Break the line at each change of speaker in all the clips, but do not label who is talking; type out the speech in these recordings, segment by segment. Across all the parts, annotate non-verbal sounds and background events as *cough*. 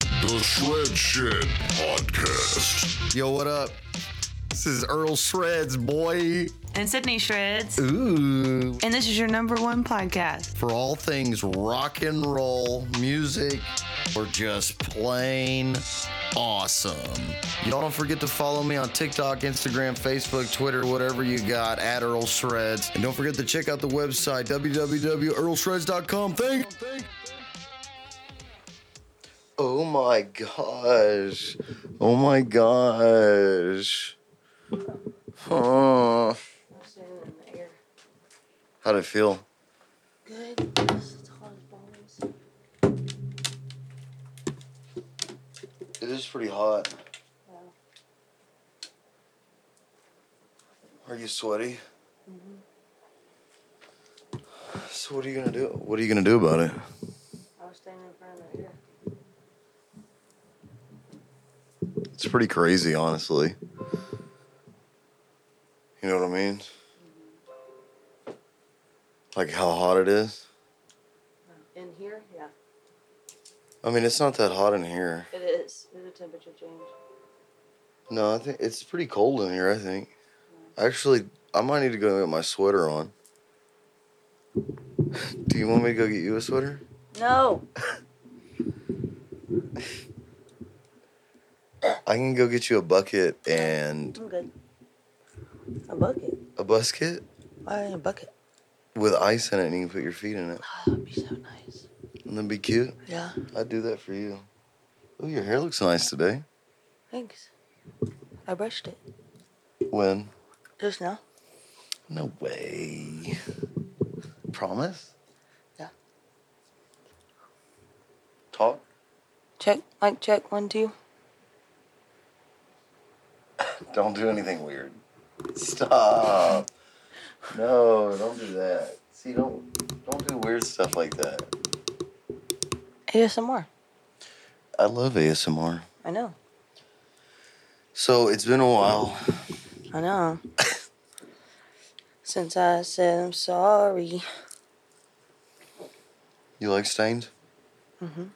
The Shred Shed Podcast.
Yo, what up? This is Earl Shreds, boy.
and Sydney Shreds.
Ooh.
And this is your number one podcast.
For all things rock and roll, music, or just plain awesome. Y'all don't forget to follow me on TikTok, Instagram, Facebook, Twitter, whatever you got, at Earl Shreds. And don't forget to check out the website, www.earlshreds.com. Thank Oh my gosh. Oh my gosh. Oh. How'd it feel?
Good. This is hot as balls.
It is pretty hot. Are you sweaty? So what are you gonna do? What are you gonna do about it?
I was standing in front of the air.
It's pretty crazy, honestly. You know what I mean? Like how hot it is.
In here? Yeah.
I mean, it's not that hot in here.
It is. It's a temperature change.
No, I think it's pretty cold in here. I think. Actually, I might need to go get my sweater on. Do you want me to go get you a sweater?
No.
I can go get you a bucket and
I'm good. A bucket.
a basket
Why a bucket?
with ice in it, and you can put your feet in it,
Oh, that would be so nice.
and that'd be cute.
Yeah.
I'd do that for you. Oh, your hair looks nice today.
Thanks. I brushed it
When?
just now.
No way. Promise?
Yeah.
Talk.
Check. Mic check. One, two.
Don't do anything weird. Stop. No, don't do that. See, don't don't do weird stuff like that.
ASMR.
I love ASMR.
I know.
So it's been a while.
I know. *coughs* Since I said I'm sorry.
You like stained? Mm-hmm.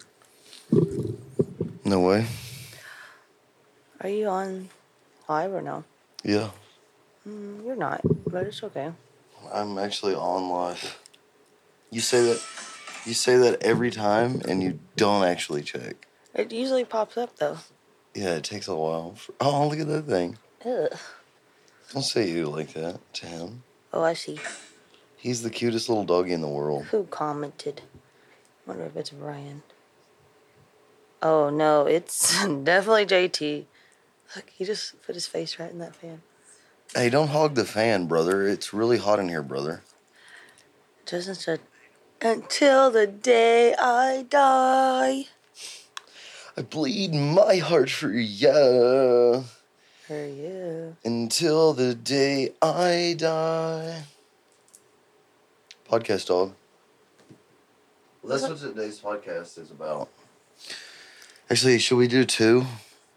No way.
Are you on live or no?
Yeah.
Mm, you're not, but it's okay.
I'm actually on live. You say that you say that every time and you don't actually check.
It usually pops up though.
Yeah, it takes a while. For, oh, look at that thing.
Ugh.
Don't say you like that to him.
Oh, I see.
He's the cutest little doggy in the world.
Who commented? Wonder if it's Ryan. Oh no, it's *laughs* definitely JT. Look, he just put his face right in that fan.
Hey, don't hog the fan, brother. It's really hot in here, brother.
Justin said, "Until the day I die."
I bleed my heart for ya
For you.
until the day I die. Podcast dog. That's what today's podcast is about. Actually, should we do two?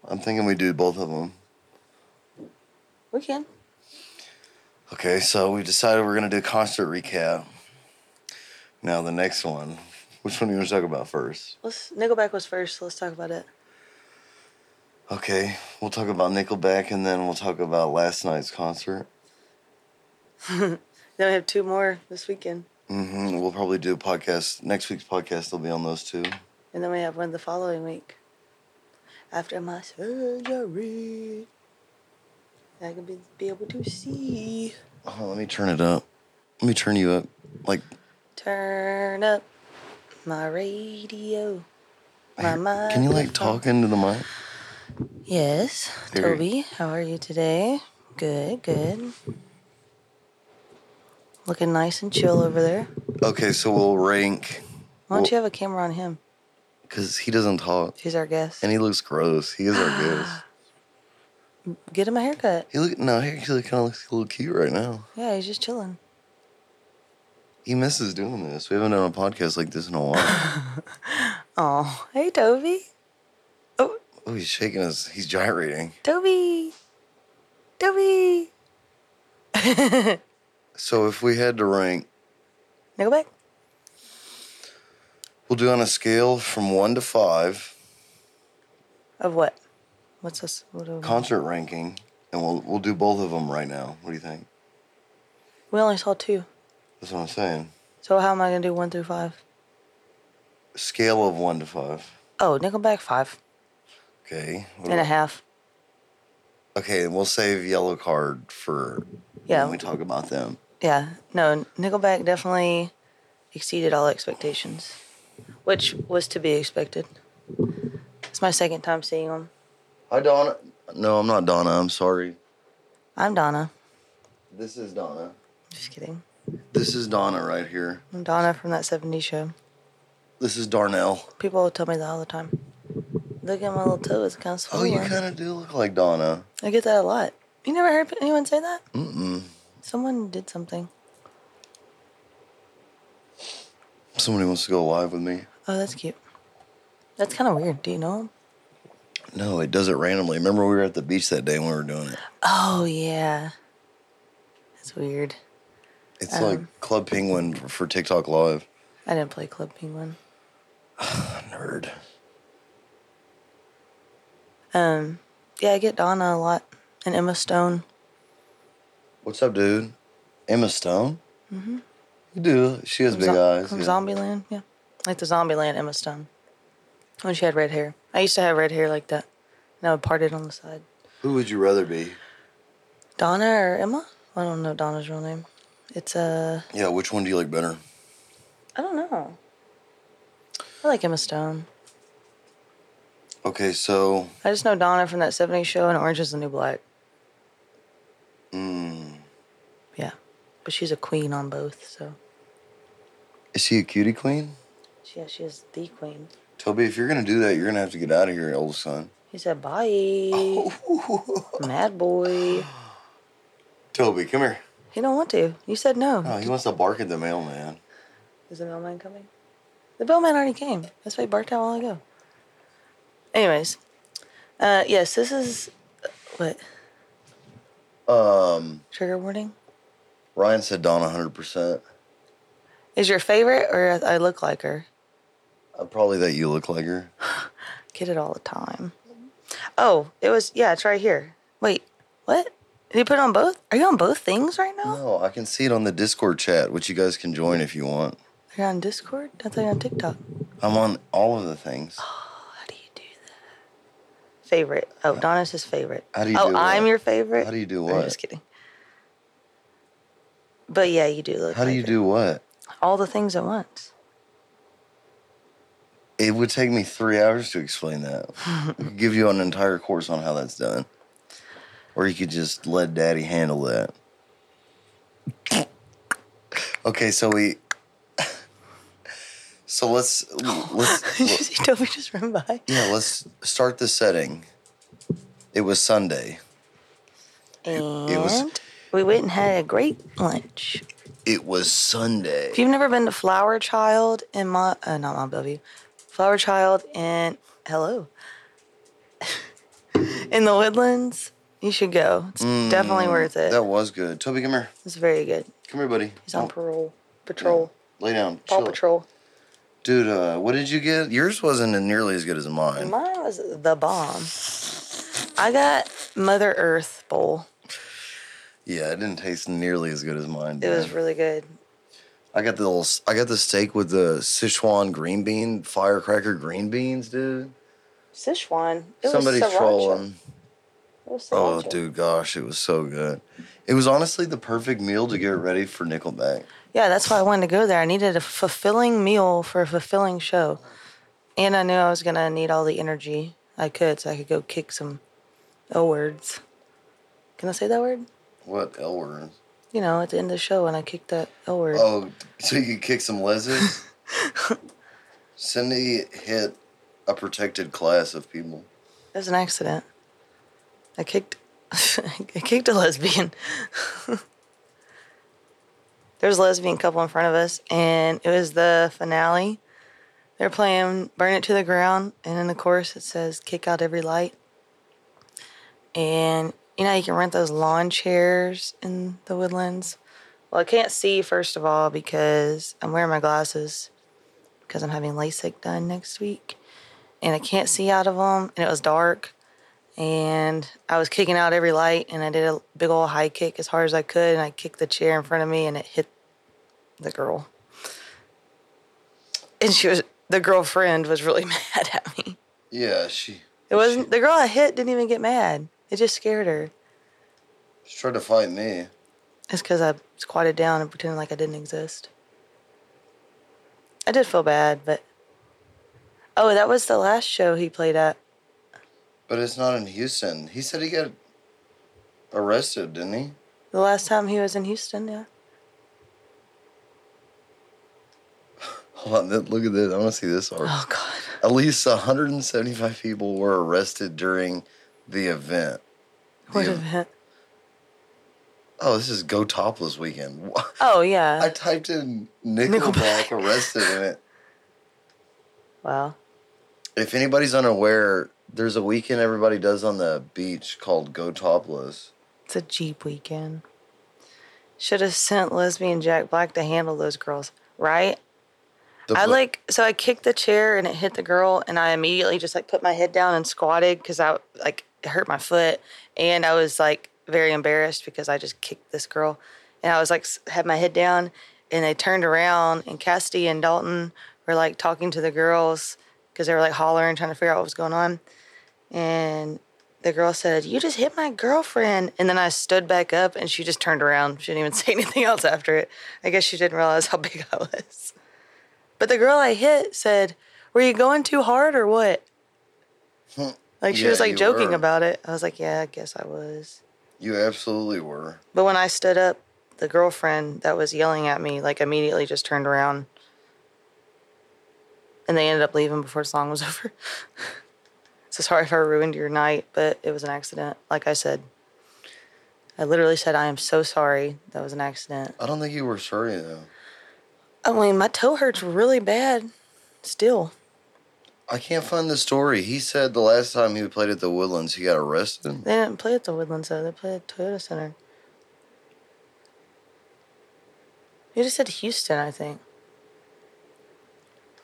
I'm thinking we do both of them.
We can.
Okay, so we decided we're gonna do concert recap. Now the next one. Which one do you want to talk about first?
Let's. Nickelback was first. so Let's talk about it. *laughs*
Okay, we'll talk about Nickelback and then we'll talk about last night's concert.
Then we have two more this weekend,
hmm We'll probably do a podcast. Next week's podcast will be on those two.
and then we have one the following week. After my surgery, I can be, be able to see.
Oh, let me turn it up. Let me turn you up. Like,
Turn up my radio. My mind.
can you like talk into the mic?
Yes,
There.
Toby. How are you today? Good, good. Looking nice and chill over there.
Okay, so we'll rank
Why don't
Well-
you have a camera on him?
because he doesn't talk
He's our guest.
and he looks gross. He is our
*gasps*
guest.
Get him a haircut.
He look no, he actually kind of looks a little cute right now.
Yeah, he's just chilling.
He misses doing this. We haven't done a podcast like this in a
*laughs*
while.
Oh, hey, Toby. Oh,
oh, he's shaking us. He's gyrating.
Toby. Toby.
So if we had to rank,
Nickelback.
we'll do on a scale from one to five.
Of what? What's this? What do we-
Concert ranking, and we'll we'll do both of them right now. What do you think?
we only saw two.
That's what I'm saying.
So how am I gonna do one through five?
Scale of one to five.
Oh, Nickelback five
Okay. What
and a
about-
half.
Okay, and we'll save yellow card for
Yeah.
when we talk about them.
Yeah, no, Nickelback definitely exceeded all expectations, which was to be expected. It's my second time seeing them.
Hi, Donna. No, I'm not Donna. I'm sorry.
I'm Donna.
This is Donna.
Just kidding.
This is Donna right here.
I'm Donna from that 70s show.
This is Darnell.
People tell me that all the time. Look at my little toe, it's kind of
Oh,
swollen.
you kind of do look like Donna.
I get that a lot. You never heard anyone say that?
Mm-mm.
Someone did something.
Somebody wants to go live with me.
Oh, that's cute. That's kind of weird. Do you know 'em?
No, it does it randomly. Remember we were at the beach that day when we were doing it.
Oh, yeah. That's weird.
It's
Oh.
like Club Penguin for, for TikTok Live.
I didn't play Club Penguin.
Nerd.
Um, yeah, I get Donna a lot and Emma Stone.
What's up, dude? Emma Stone. Mm-hmm. You do. She has
From
big
Zo-
eyes.
From
yeah.
Zombieland, yeah. Like the Zombieland Emma Stone. When she had red hair. I used to have red hair like that. And I would part it on the side.
Who would you rather be?
Donna or Emma? I don't know Donna's real name. It's uh
Yeah. Which one do you like better?
I don't know. I like Emma Stone.
Okay, so
I just know Donna from that 70s show and Orange is the New Black.
mm,
Yeah. But she's a queen on both, so
is she a cutie queen?
yeah, she is the queen.
Toby, if you're gonna do that, you're gonna have to get out of here, old
*laughs*
son.
He said bye.
Oh.
Mad boy.
Toby, come here.
He don't want to. You said no.
Oh, he wants to bark at the mailman.
Is the mailman coming? The mailman already came. That's why he barked out while ago. Anyways, uh, yes, this is what
Um,
trigger warning
Ryan said Donna 100. percent
is your favorite, or I I look like her.
Probably that you look like her.
Get it all the time. Oh, it was yeah, it's right here. Wait, what? Did you put it on both? Are you on both things right now?
No, I can see it on the Discord chat, which you guys can join if you want.
Are you on Discord? I thought you were on TikTok.
I'm on all of the things.
How do you do that? Favorite. Oh, Donna's his favorite.
How do you
oh,
do what?
I'm your favorite.
How do you do
I'm
what?
just kidding. But yeah, you do look.
How do
like
you
her.
do what?
all the things at once. *laughs*
It would take me three hours to explain
*laughs*
that. I could give you an entire course on how that's done, or you could just let Daddy handle that. Okay, so we. *laughs* So let's let's
Did *laughs* you see Toby just run by?
yeah let's start the setting. It was Sunday.
And
it was-
we went and had a great lunch.
It was Sunday.
If you've never been to Flower Child in Mont, uh, not Mont Bellevue, Flower Child in hello, *laughs* in the Woodlands, you should go. It's definitely worth it.
Mm, That was good. Toby, come here.
It's very good.
Come here, buddy.
He's on
Oh,
parole, patrol,
Lay down.
Paw
Chill.
Patrol.
Dude, uh, what did you get? Yours wasn't nearly as good as mine.
Mine was the bomb. I got Mother Earth bowl.
Yeah, it didn't taste nearly as good as mine.
It
did
was really good.
I got the little, s- I got the steak with the Sichuan green bean, firecracker green beans, dude.
Sichuan. It
Somebody's
was sriracha.
trolling.
It was
Oh,
sriracha.
dude, gosh, it was so good. It was honestly the perfect meal to get ready for Nickelback.
Yeah, that's why I wanted to go there. I needed a fulfilling meal for a fulfilling show. And I knew I was going to need all the energy I could so I could go kick some L words. Can I say that word?
What L words?
You know, at the end of the show when I kicked that L word.
Oh, so you could kick some
*laughs*
lesbians? Cindy hit a protected class of people.
It was an accident. I kicked *laughs* I kicked a lesbian. *laughs* There's a lesbian couple in front of us and it was the finale. They're playing Burn It to the Ground and in the chorus it says kick out every light. And you know you can rent those lawn chairs in the woodlands. Well, I can't see first of all because I'm wearing my glasses because I'm having LASIK done next week and I can't see out of them, and it was dark, and I was kicking out every light, and I did a big old high kick as hard as I could, and I kicked the chair in front of me, and it hit the girl, and she was the girlfriend was really *laughs* mad at me.
Yeah, she
It wasn't the girl I hit didn't even get mad. It just scared her.
she tried to fight me.
It's because I squatted down and pretended like I didn't exist. I did feel bad, but oh, that was the last show he played at.
But it's not in Houston. He said he got arrested, didn't he?
The last time he was in Houston, yeah.
*laughs* Hold on, th- look at this. I want to see this article.
Oh God,
At least 175 people were arrested during the event.
what
Yeah.
event?
Oh, this is Go Topless weekend. *laughs* Wha-
Oh
I
yeah,
typed in Nickelback,
Nickelback.
arrested in it.
wow.
If anybody's unaware, there's a weekend everybody does on the beach called Go Topless.
It's a Jeep weekend. Should have sent lesbian Jack Black to handle those girls, right?
The
I
bl-
like so I kicked the chair and it hit the girl and I immediately just like put my head down and squatted because I like it hurt my foot and I was like very embarrassed because I just kicked this girl and I was like s- had my head down and they turned around and Cassidy and Dalton were like talking to the girls because they were like hollering trying to figure out what was going on and the girl said you just hit my girlfriend and then I stood back up and she just turned around she didn't even *laughs* say anything else after it I guess she didn't realize how big I was. But the girl I hit said, Were you going too hard or what? Like she
Hmm. Yeah,
was
you
like joking
were.
about it. I was like, Yeah, I guess I was.
You absolutely were.
But when I stood up, the girlfriend that was yelling at me, like immediately just turned around. And they ended up leaving before the song was *laughs* over. so sorry if I ruined your night, but it was an accident. Like I said, I literally said, I am so sorry. That was an accident.
I don't think you were sorry, though.
I mean, my toe hurts really bad still.
I can't find the story. He said the last time he played at the Woodlands, he got arrested.
They didn't play at the Woodlands though. They played at Toyota Center. You just said Houston, I think.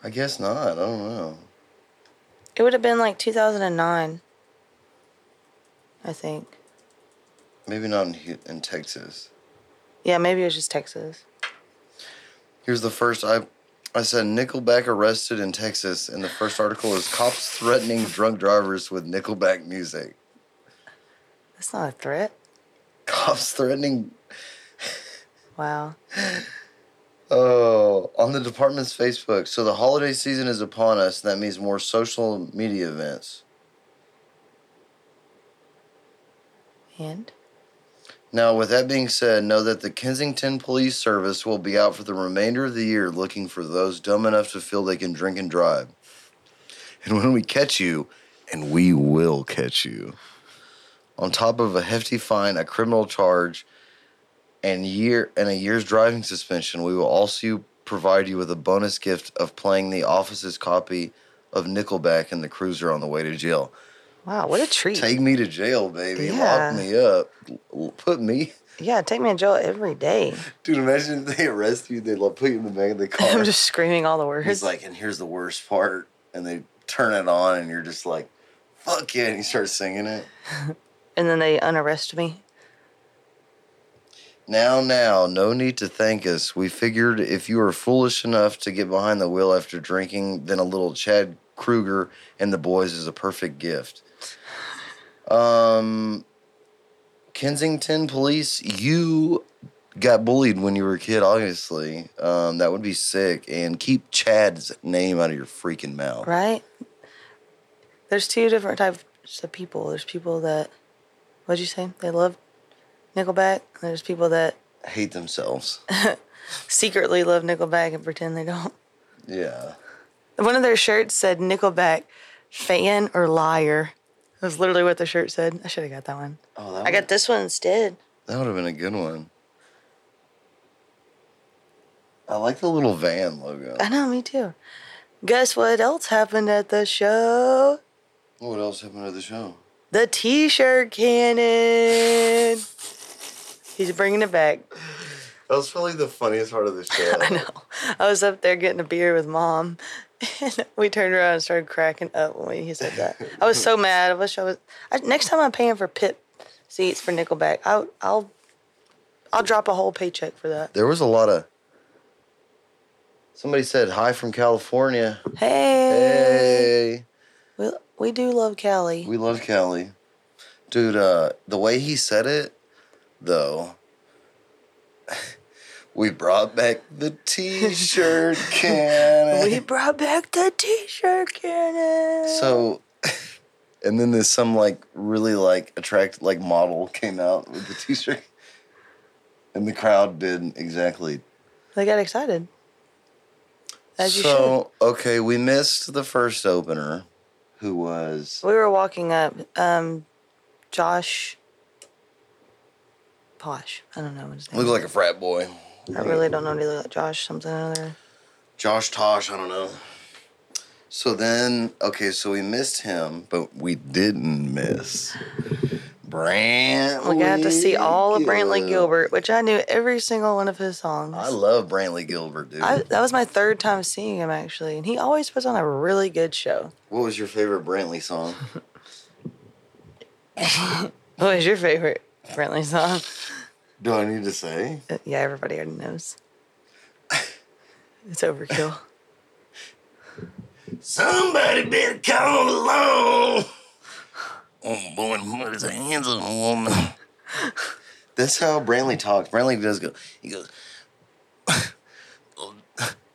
I guess not. I don't know.
It would have been like 2009. I think.
Maybe not in, Hu- in Texas.
Yeah, maybe it was just Texas.
Here's the first I I said Nickelback arrested in Texas, and the first article is cops threatening drunk drivers with Nickelback music.
That's not a threat.
Cops threatening
Wow.
oh on the department's Facebook. So the holiday season is upon us, and that means more social media events.
And
Now, with that being said, know that the Kensington Police Service will be out for the remainder of the year looking for those dumb enough to feel they can drink and drive. And when we catch you, and we will catch you, on top of a hefty fine, a criminal charge, and year and a year's driving suspension, we will also provide you with a bonus gift of playing the office's copy of Nickelback in the cruiser on the way to jail.
wow, what a treat.
Take me to jail, baby.
Yeah.
Lock me up. L- Put me.
yeah, take me to jail every day.
Dude, imagine if they arrest you, they like, put you in the back of the car.
*laughs* I'm just screaming all the
He's
words.
like, and here's the worst part. And they turn it on, and you're just like, fuck yeah. And you start singing it.
and then they unarrest me.
Now, now, no need to thank us. We figured if you were foolish enough to get behind the wheel after drinking, then a little Chad Kruger and the boys is a perfect gift. Um, Kensington police, you got bullied when you were a kid, obviously. Um, that would be sick. And keep Chad's name out of your freaking mouth.
Right? There's two different types of people. There's people that, what'd you say? They love Nickelback. and There's people that
Hate themselves.
secretly love Nickelback and pretend they don't. *laughs*
yeah.
One of their shirts said Nickelback fan or liar. That's literally what the shirt said. I should have got that one.
Oh, that
I got this one instead.
That would have been a good one. I like the little van
*laughs*
logo.
I know, me too. Guess what else happened at the show?
What else happened at the show?
The t shirt cannon. He's bringing it back.
That was probably the funniest part of the show. I know.
*laughs* I was up there getting a beer with mom, *laughs* and we turned around and started cracking up when he said that. I was so mad. I wish I was. I, next time I'm paying for pit seats for Nickelback, I'll I'll I'll drop a whole paycheck for that.
There was a lot of. Somebody said hi from California.
Hey,
Hey,
we we do love Cali.
we love Cali, dude. Uh, the way he said it, though. *laughs* We brought back the T-shirt cannon.
*laughs* We brought back the T-shirt cannon. *laughs*
So, and then there's some like really like attract like model came out with the t-shirt, and the crowd did exactly.
they got excited. As you
so okay, we missed the first opener, who was
should. We were walking up. Um, Josh. Posh. I don't know what his name.
looked like a frat boy.
I really don't know what he looked like. Josh something or other.
Josh Tosh, I don't know. So then, okay, so we missed him, but we didn't miss Brantley.
We got to see all of Brantley
Gilbert.
Gilbert, which I knew every single one of his songs.
I love Brantley Gilbert, dude.
I, that was my third time seeing him actually, and he always puts on a really good show.
what was your favorite Brantley song?
What was your favorite Brantley song?
Do I need to say?
Uh, Yeah, everybody already knows. It's overkill.
Somebody better come along. Oh boy, there's a handsome woman. That's how Brantley talks. Brantley does go. He goes,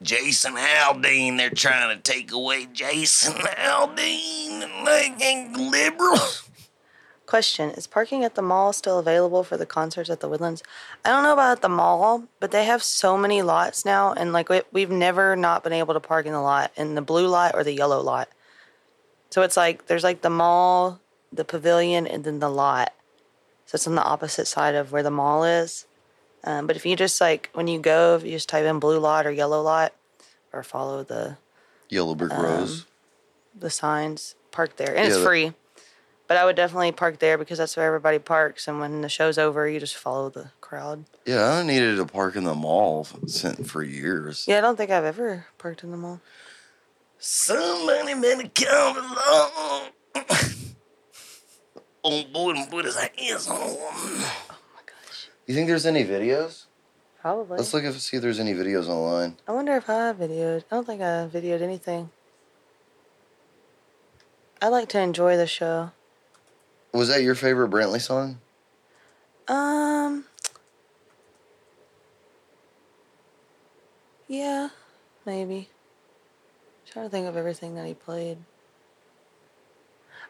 Jason Aldean. They're trying to take away Jason Aldean. and They ain't liberal.
Question: Is parking at the mall still available for the concerts at the Woodlands? I don't know about at the mall, but they have so many lots now, and like we, we've never not been able to park in the lot, in the blue lot or the yellow lot. So it's like there's like the mall, the pavilion, and then the lot. So it's on the opposite side of where the mall is. Um, but if you just like when you go, if you just type in blue lot or yellow lot, or follow the
Yellow Brick Rose.
the signs, park there. And it's
Yeah, that-
free. But I would definitely park there because that's where everybody parks. And when the show's over, you just follow the crowd.
Yeah, I needed to park in the mall sent for years.
Yeah, I don't think I've ever parked in the mall.
Somebody better come along. *laughs* oh boy, and put his hands on him.
Oh my gosh.
You think there's any videos?
Probably.
Let's look if see if there's any videos online.
I wonder if I videoed. I don't think I videoed anything. I like to enjoy the show.
Was that your favorite Brantley song?
Um. Yeah, maybe. trying to think of everything that he played.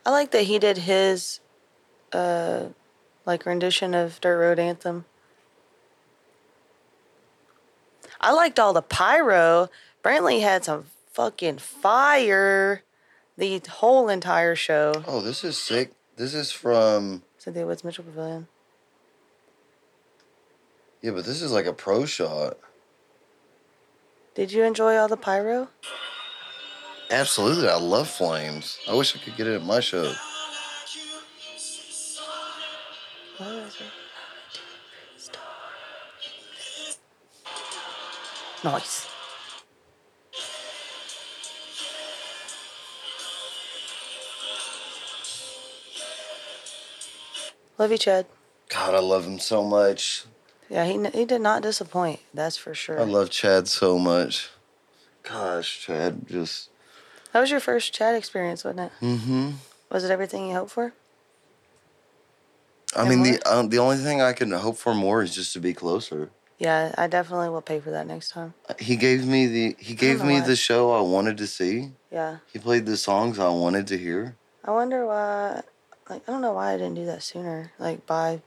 I like that he did his, uh, like rendition of Dirt Road Anthem. I liked all the pyro. Brantley had some fucking fire, the whole entire show.
Oh, this is sick. This is from
Cynthia Woods Mitchell Pavilion.
yeah, but this is like a pro shot.
Did you enjoy all the pyro?
Absolutely, I love flames. I wish I could get it at my show.
Nice. Love you, Chad.
God, I love him so much.
Yeah, he he did not disappoint. That's for sure.
I love Chad so much. Gosh, Chad just
that was your first Chad experience, wasn't it? Mm-hmm. Was it everything you hoped for?
I
And
mean,
more?
the um, the only thing I can hope for more is just to be closer.
Yeah, I definitely will pay for that next time.
He gave me the he gave
know
me
why.
the show I wanted to see.
Yeah.
He played the songs I wanted to hear.
I wonder why. Like, I don't know why I didn't do that sooner. Like, buy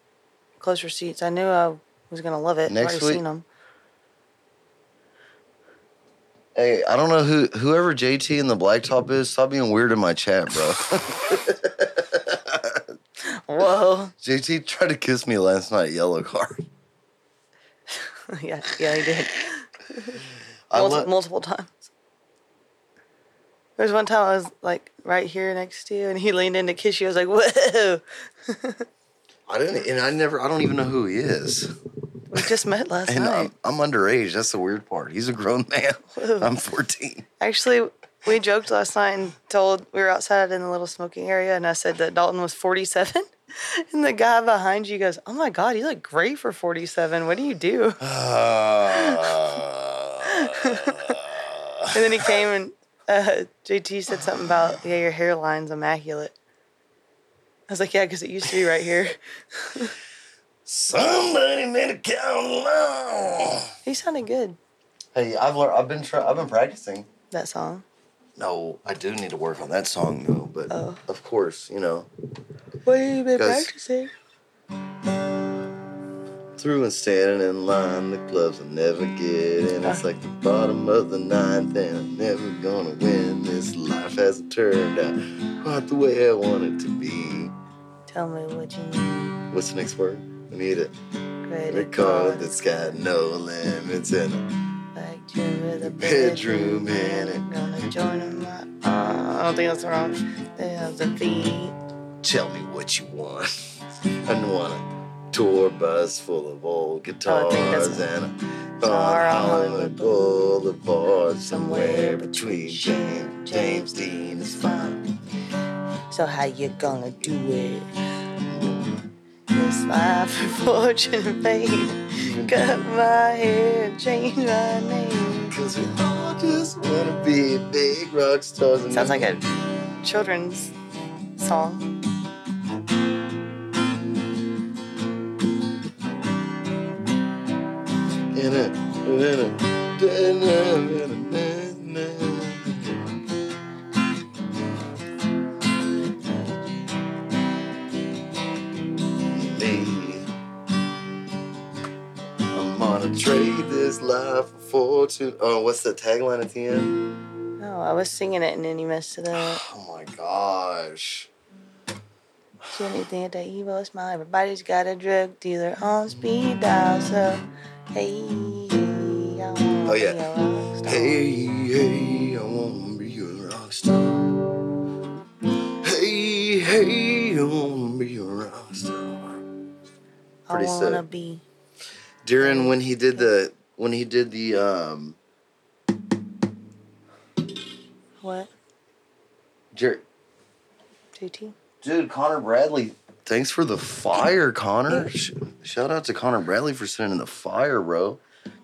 closer seats. I knew I was gonna love it.
Next
I've
week-
already seen them.
Hey, I don't know who whoever JT in the blacktop is. Stop being weird in my chat, bro. *laughs*
Whoa.
JT tried to kiss me last night. Yellow card.
*laughs* yeah, yeah, he did.
I
Multi-
lo-
multiple times. There was one time I was like right here next to you, and he leaned in to kiss you. I was like, "Whoa!"
I didn't, and I never. I don't even know who he is.
We just met last
And um,
night.
I'm, I'm underage. That's the weird part. He's a grown
*laughs*
man. I'm 14.
Actually, we joked last night and told we were outside in the little smoking area, and I said that Dalton was 47. *laughs* And the guy behind you goes, Oh my God, you look great for 47. What do you do?
Ah.
And then he came and uh, JT said something about, Yeah, your hairline's immaculate. I was like, Yeah, because it used to be right here.
Somebody made a count along.
He sounded good,
Hey, I've learned. I've been. Try- I've been practicing.
that song.
No, I do need to work on that song though. But
Oh.
of course, you know,
What have you been
Guys.
practicing?
through and standing in line, the clubs I never get in. It's like the bottom of the ninth, and I'm never gonna win. This life hasn't turned out quite the way I want it to be.
Tell me what you need.
What's the next word? I need a
Credit
record
card.
that's got no limits and a
Like to the
Bedroom
bedroom
man.
man. I'm gonna join him. Uh, I don't think that's wrong. There's a beat.
tell me what you want. *laughs* I want a tour bus full of old guitars
Oh, think that's
and a
Bar
bar
on
on Hollywood
Hollywood
Boulevard somewhere
Somewhere
between
between
James,
James-
James Dean is fun.
So how you gonna do it? This life for fortune and fame. Cut my hair, and change my name.
Cause we all just wanna be big rock stars. and
Sounds like a children's song.
in a- in a- in a- in a- in a- Lady, I'm gonna trade this life for fortune. Oh, what's the tagline at the end?
Oh, I was singing it and then you messed it up.
Oh my gosh.
So anything that evil smile. Everybody's got a drug dealer on speed dial. So hey, oh
yeah. Hey, hey, I wanna be a rock star. Hey, hey, I wanna be a rock star.
I
pretty
wanna
sick.
be.
During when he did the when he did the um
What?
Jer-
JT?
dude Connor Bradley. Thanks for the fire, Connor. Sh- shout out to Connor Bradley for sending the fire, bro.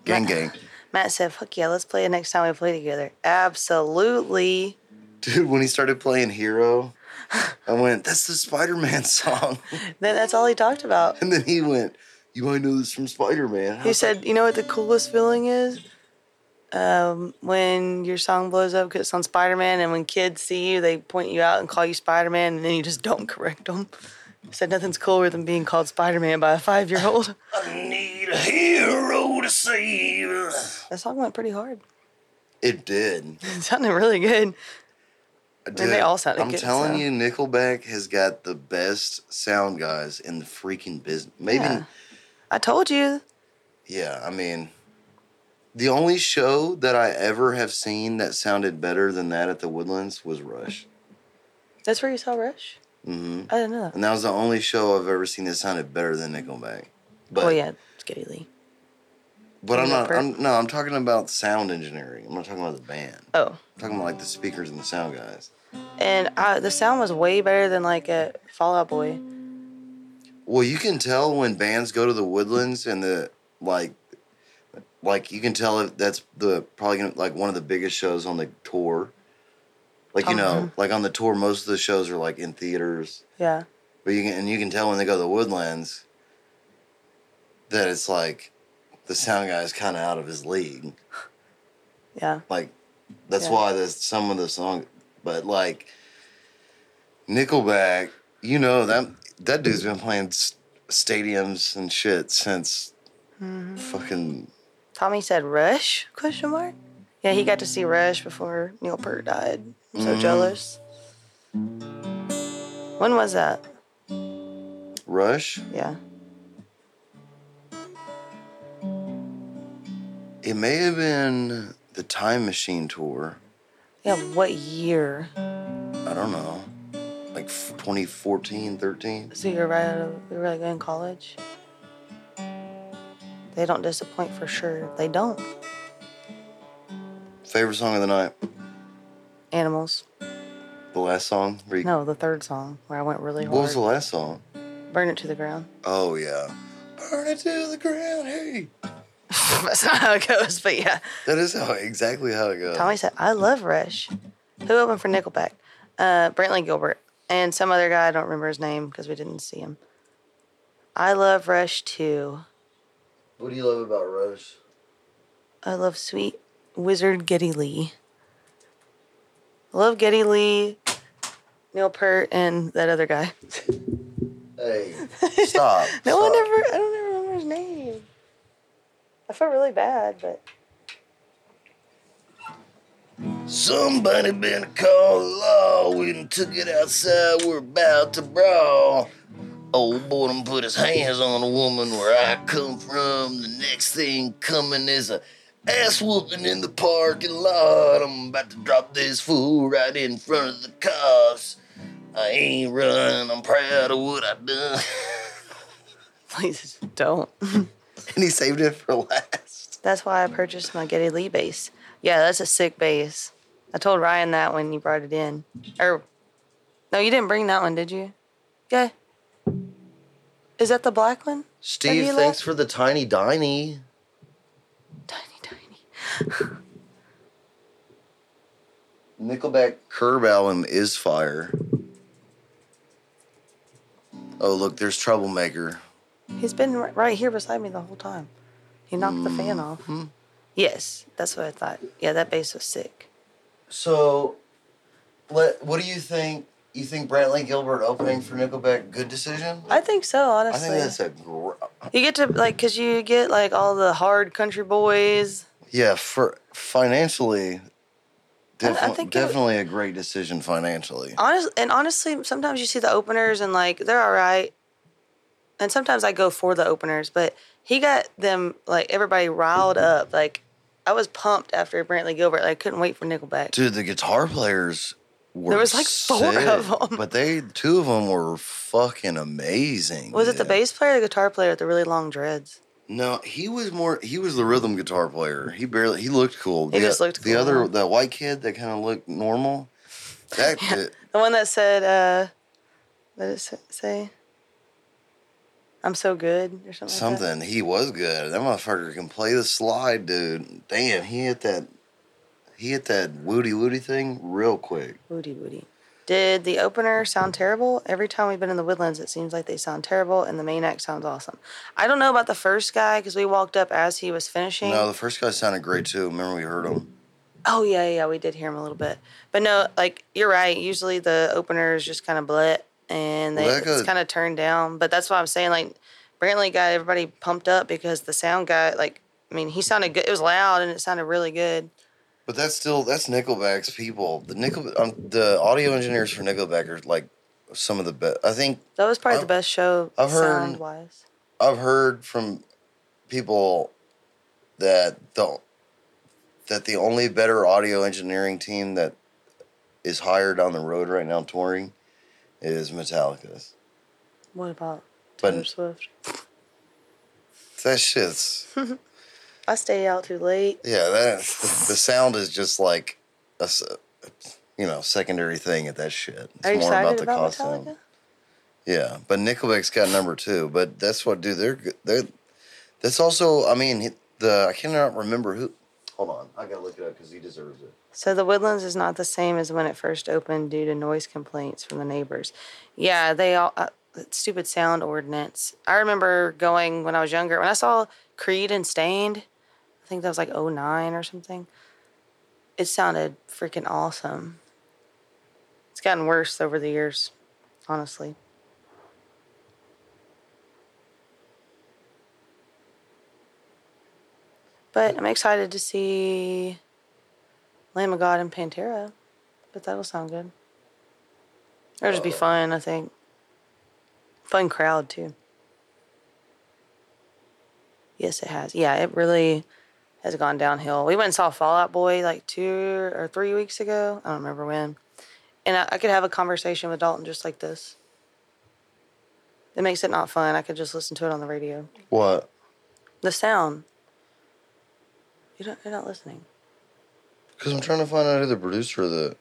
Gang gang.
Matt said, fuck yeah, let's play it next time we play together. Absolutely.
Dude, when he started playing Hero, I went, that's the Spider-Man *laughs* song.
Then that's all he talked about.
And then he went, You might know this from Spider-Man. I
He
was
said, you know what the coolest feeling is? Um, when your song blows up because it's on Spider Man, and when kids see you, they point you out and call you Spider Man, and then you just don't *laughs* correct them. He said, nothing's cooler than being called Spider Man by a five year old.
I need a hero to save. us."
*laughs* That song went pretty hard. *laughs*
It did.
It sounded really good.
Dude,
they all sounded
I'm
good,
telling
so.
you, Nickelback has got the best sound guys in the freaking business. Maybe, yeah.
Yeah. I told you.
I mean, the only show that I ever have seen that sounded better than that at the Woodlands was Rush.
That's where you saw Rush?
hmm
I didn't know that.
And that was the only show I've ever seen that sounded better than Nickelback. But,
Oh, yeah. Skitty Lee.
But I'm
Nickelback.
not, I'm, no, I'm talking about sound engineering. I'm not talking about the band.
Oh.
I'm talking about like the speakers and the sound guys.
And I, the sound was way better than like a Fallout Boy.
Well, you can tell when bands go to the woodlands and the like, like you can tell if that's the probably gonna, like one of the biggest shows on the tour. Like you know, like on the tour, most of the shows are like in theaters,
Yeah.
but you can and you can tell when they go to the woodlands that it's like the sound guy's kind of out of his league.
Yeah.
Like that's
Yeah.
why there's some of the song, but like Nickelback, you know that that dude's been playing s- stadiums and shit since
Mm-hmm.
fucking
Tommy said Rush? Question mark. Yeah, he got to see Rush before Neil Peart died. I'm so
Mm-hmm.
jealous. When was that?
Rush.
Yeah.
It may have been the Time Machine tour.
Yeah, what year?
I don't know, like f- 2014, 13.
So you're right out of you were like in college? They don't disappoint for sure. They don't.
Favorite song of the night?
Animals.
The last song? Where you-
No, the third song where I went really hard.
What was the last song?
Burn it to the ground. *laughs*
Oh, yeah. Burn it to the ground, hey.
That's not how it goes, but yeah.
That is how exactly how it goes.
Tommy said, I love Rush. Who opened for Nickelback? Uh, Brantley Gilbert. And some other guy, I don't remember his name because we didn't see him. I love Rush too.
What do you love about Rush?
I love sweet wizard Geddy Lee. I love Geddy Lee, Neil Peart, and that other guy. *laughs*
Hey,
Stop.
No one
stop.
ever, I don't ever remember his name. I felt really bad, but
Somebody been called law. We done took it outside. We're about to brawl. Old boy done put his hands on a woman where I come from. The next thing coming is a ass whooping in the parking lot. I'm about to drop this fool right in front of the cops. I ain't running. I'm proud of what I done. *laughs*
please don't.
and he saved it for last.
That's why I purchased my Getty Lee bass. Yeah, that's a sick bass. I told Ryan that when you brought it in. Or, no, you didn't bring that one, did you? Yeah. Is that the black one?
Steve,
you
thanks
left?
for the tiny diny.
Tiny, tiny.
Nickelback Curb album is fire. Oh, look, there's Troublemaker.
He's been ri- right here beside me the whole time. He knocked the fan off.
Mm-hmm.
Yes, that's what I thought. Yeah, that bass was sick.
so let, what do you think? You think Brantley Gilbert opening for Nickelback, good decision?
I think so,
I
honestly.
think that's a gr-
you get to, like, because you get, like, all the hard country boys.
Yeah, for financially,
I
defi-
think it-
definitely a great decision financially.
Honest and honestly, sometimes you see the openers and like they're all right. And sometimes I go for the openers, but he got them like everybody riled up. Like I was pumped after Brantley Gilbert. Like I couldn't wait for Nickelback.
Dude, the guitar players were
There was, like, four
sick,
of 'em.
but they two of them were fucking amazing.
was it the
dude.
bass player, or the guitar player with the really long dreads?
No, he was more. He was the rhythm guitar player. He barely. He looked cool.
He
the,
just looked
The
cool.
other, that white kid that kind of looked normal.
*laughs*
That kid-
The one that said, uh, "What did it sa- say? I'm so good" or something. like that.
Something. He was good. That motherfucker can play the slide, dude. Damn, he hit that. He hit that woody woody thing real quick.
Woody Woody. Did the opener sound terrible? Every time we've been in the woodlands, it seems like they sound terrible, and the main act sounds awesome. I don't know about the first guy because we walked up as he was finishing.
No, the first guy sounded great too. Remember we heard him.
Oh yeah, yeah, we did hear him a little bit, but no, like you're right. Usually the opener is just kind of bleh, and they,
Well, that
it's
goes-
kind of turned down. But that's why I'm saying like Brantley got everybody pumped up because the sound guy, like, I mean, he sounded good. It was loud and it sounded really good.
But that's still that's Nickelback's people. The Nickel um, the audio engineers for Nickelback are like some of the best. I think
That was probably
I've-
the best show
I've heard-
sound wise.
I've heard from people that the that the only better audio engineering team that is hired on the road right now touring is Metallica's.
What about
But-
Taylor Swift?
That shit's
I stay out too late.
yeah. That the sound is just like a s- you know secondary thing at that shit. It's
Are you excited about,
costume.
Metallica?
Yeah, but Nickelback's got number two. But that's what, dude. They're good- they're. That's also, I mean, the I cannot remember who.
Hold on, I gotta look it up because he deserves it.
So the Woodlands is not the same as when it first opened due to noise complaints from the neighbors. Yeah, they all uh, that stupid sound ordinance. I remember going when I was younger when I saw Creed and Stained. I think that was like 09 or something. It sounded freaking awesome. It's gotten worse over the years, honestly. But I'm excited to see Lamb of God and Pantera, but that'll sound good. It'll just be fun, I think. Fun crowd too. Yes, it has. Yeah, it really has gone downhill. We went and saw Fallout Boy like two or three weeks ago. I don't remember when. And I, I could have a conversation with Dalton just like this. It makes it not fun. I could just listen to it on the radio.
What?
The sound. You don't, you're not listening.
Because I'm trying to find out who the producer of the.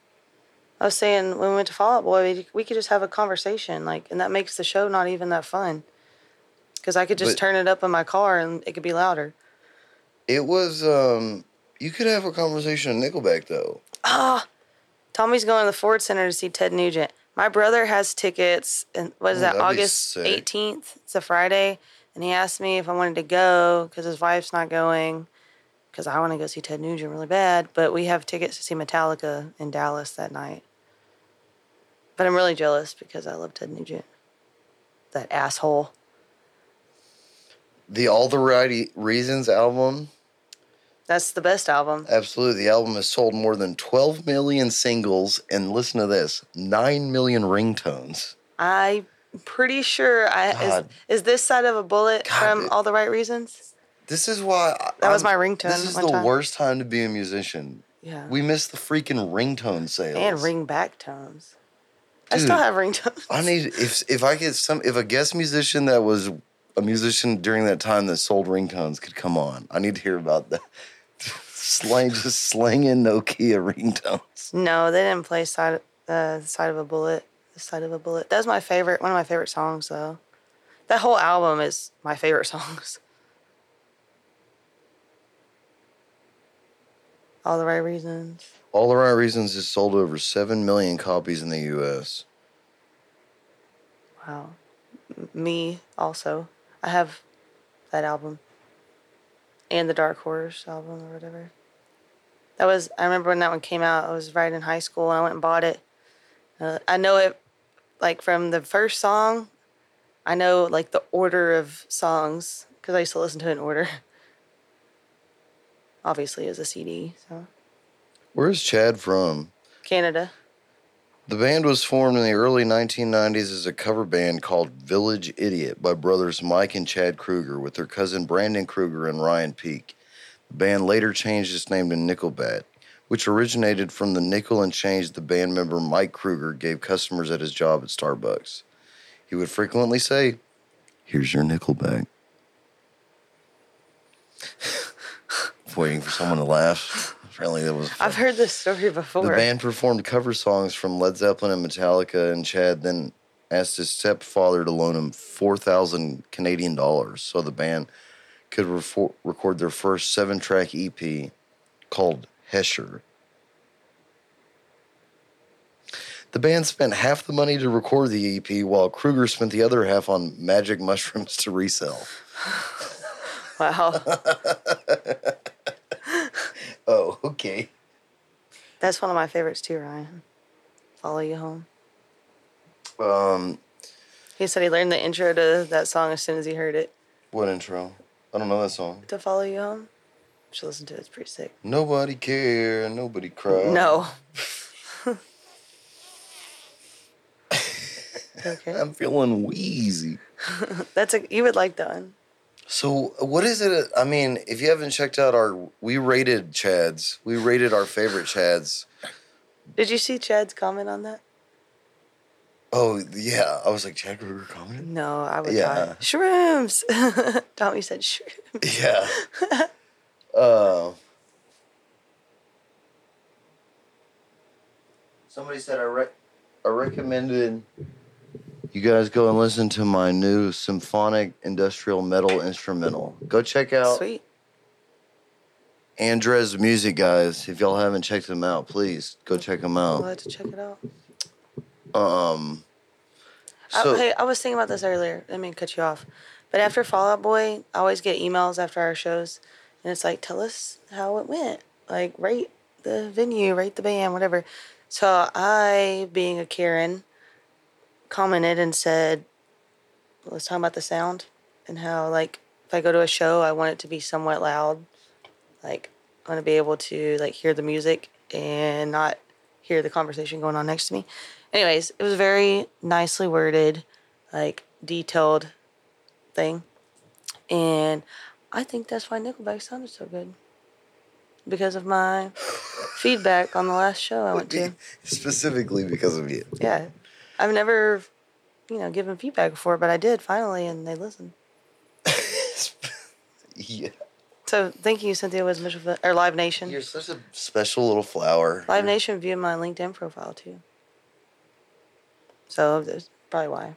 I was saying when we went to Fallout Boy, we, we could just have a conversation, like, and that makes the show not even that fun. Because I could just
But-
turn it up in my car and it could be louder.
It was. um You could have a conversation with Nickelback though.
Tommy's going to the Ford Center to see Ted Nugent. My brother has tickets, and what
Oh,
is that,
that'd be
August
sick.
18th? It's a Friday. And he asked me if I wanted to go because his wife's not going because I want to go see Ted Nugent really bad. But we have tickets to see Metallica in Dallas that night. But I'm really jealous because I love Ted Nugent. That asshole.
The All the Right Reasons album.
That's the best album.
Absolutely. The album has sold more than 12 million singles and listen to this 9 million ringtones.
I'm pretty sure I is,
God.
is this side of a bullet
God,
from
it-
All the Right Reasons.
This is why. I-
That was
I'm-
my ringtone
This is
one
the
time.
worst time to be a musician.
Yeah.
We missed the freaking ringtone sales.
and ring back tones. I still
Dude.
have ringtones.
I need if if I get some if a guest musician that was a musician during that time that sold ringtones could come on. I need to hear about that. *laughs* Slang just slinging Nokia ringtones.
*laughs* No, they didn't play side uh, side of a bullet. The side of a bullet. That's my favorite. One of my favorite songs, though. That whole album is my favorite *laughs* songs. All the right reasons.
All the Right Reasons has sold over seven million copies in the U.S.
Wow. M- me also. I have that album. And the Dark Horse album or whatever. That was I remember when that one came out. I was right in high school and I went and bought it. Uh, I know it like from the first song. I know like the order of songs because I used to listen to it in order. *laughs* Obviously, it was a CD. So
Where's Chad from?
Canada.
The band was formed in the early 1990s as a cover band called Village Idiot by brothers Mike and Chad Kruger with their cousin Brandon Kruger and Ryan Peak. The band later changed its name to Nickelbat, which originated from the nickel and change the band member Mike Kruger gave customers at his job at Starbucks. He would frequently say, Here's your Nickelback. *laughs* Waiting for someone to laugh. Apparently, that was.
I've heard this story before.
The band performed cover songs from Led Zeppelin and Metallica, and Chad then asked his stepfather to loan him 4,000 Canadian dollars so the band could refor- record their first seven track EP called Hesher. The band spent half the money to record the EP while Kruger spent the other half on magic mushrooms to resell. *laughs*
Wow.
Oh, okay.
That's one of my favorites too, Ryan. Follow you home.
Um,
He said he learned the intro to that song as soon as he heard it.
what intro? I don't know that song.
To follow you home, you should listen to it. It's pretty sick.
Nobody care, nobody cry. *laughs*
No. okay,
I'm feeling wheezy.
that's a you would like that one.
So what is it? I mean, if you haven't checked out our, we rated Chads. We rated our favorite Chads.
Did you see Chad's comment on that?
Oh yeah, I was like Chad Kruger commented.
No, I would
Yeah.
die. Shrooms. *laughs* Tommy said shrooms.
*laughs* Yeah. uh, somebody said I, re- I recommended you guys go and listen to my new symphonic industrial metal instrumental. Go check out
Sweet.
Andres Music guys. If y'all haven't checked them out, please go check them
I'll
out.
have to check it out.
Um,
I-
so
Oh, hey, I was thinking about this earlier. Let me cut you off. But after Fallout Boy, I always get emails after our shows, and it's like, tell us how it went. Like, rate the venue, rate the band, whatever. So I, being a Karen, commented and said, let's talk about the sound and how, like, if I go to a show, I want it to be somewhat loud. Like, I want to be able to, like, hear the music and not hear the conversation going on next to me. Anyways, it was a very nicely worded, like detailed thing. And I think that's why Nickelback sounded so good. Because of my feedback on the last show I went to.
*laughs* specifically because of you.
Yeah. I've never, you know, given feedback before, but I did finally and they listened.
*laughs* Yeah.
So thank you, Cynthia was Mitchell or Live Nation.
You're such a special little flower.
Live Nation viewed my LinkedIn profile too. So that's probably why.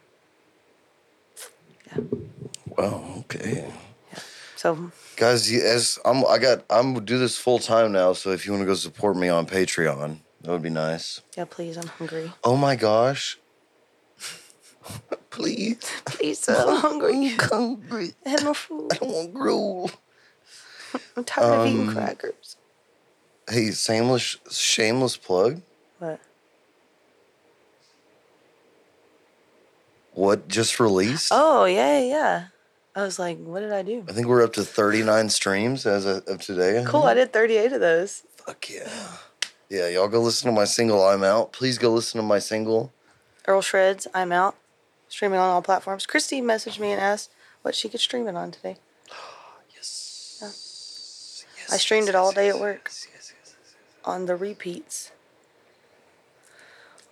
Wow. oh, Okay.
So
Guys, you- as I'm, I got, I'm do this full time now. So if you want to go support me on Patreon, that would be nice.
yeah, please, I'm hungry.
Oh my gosh. *laughs* Please.
*laughs* Please, *laughs* I'm hungry.
*laughs* I'm hungry.
I had no food.
I don't want gruel.
I'm tired of eating crackers.
Hey, shameless, shameless plug.
What?
What just released?
Oh yeah, yeah. I was like, what did I do?
I think we're up to 39 streams as of of today.
Cool, I did 38 of those.
Fuck yeah. Yeah, y'all go listen to my single I'm Out. Please go listen to my single.
Earl Shreds, I'm out. Streaming on all platforms. Christy messaged me and asked what she could stream it on today.
Yes.
I streamed it all day at work on the repeats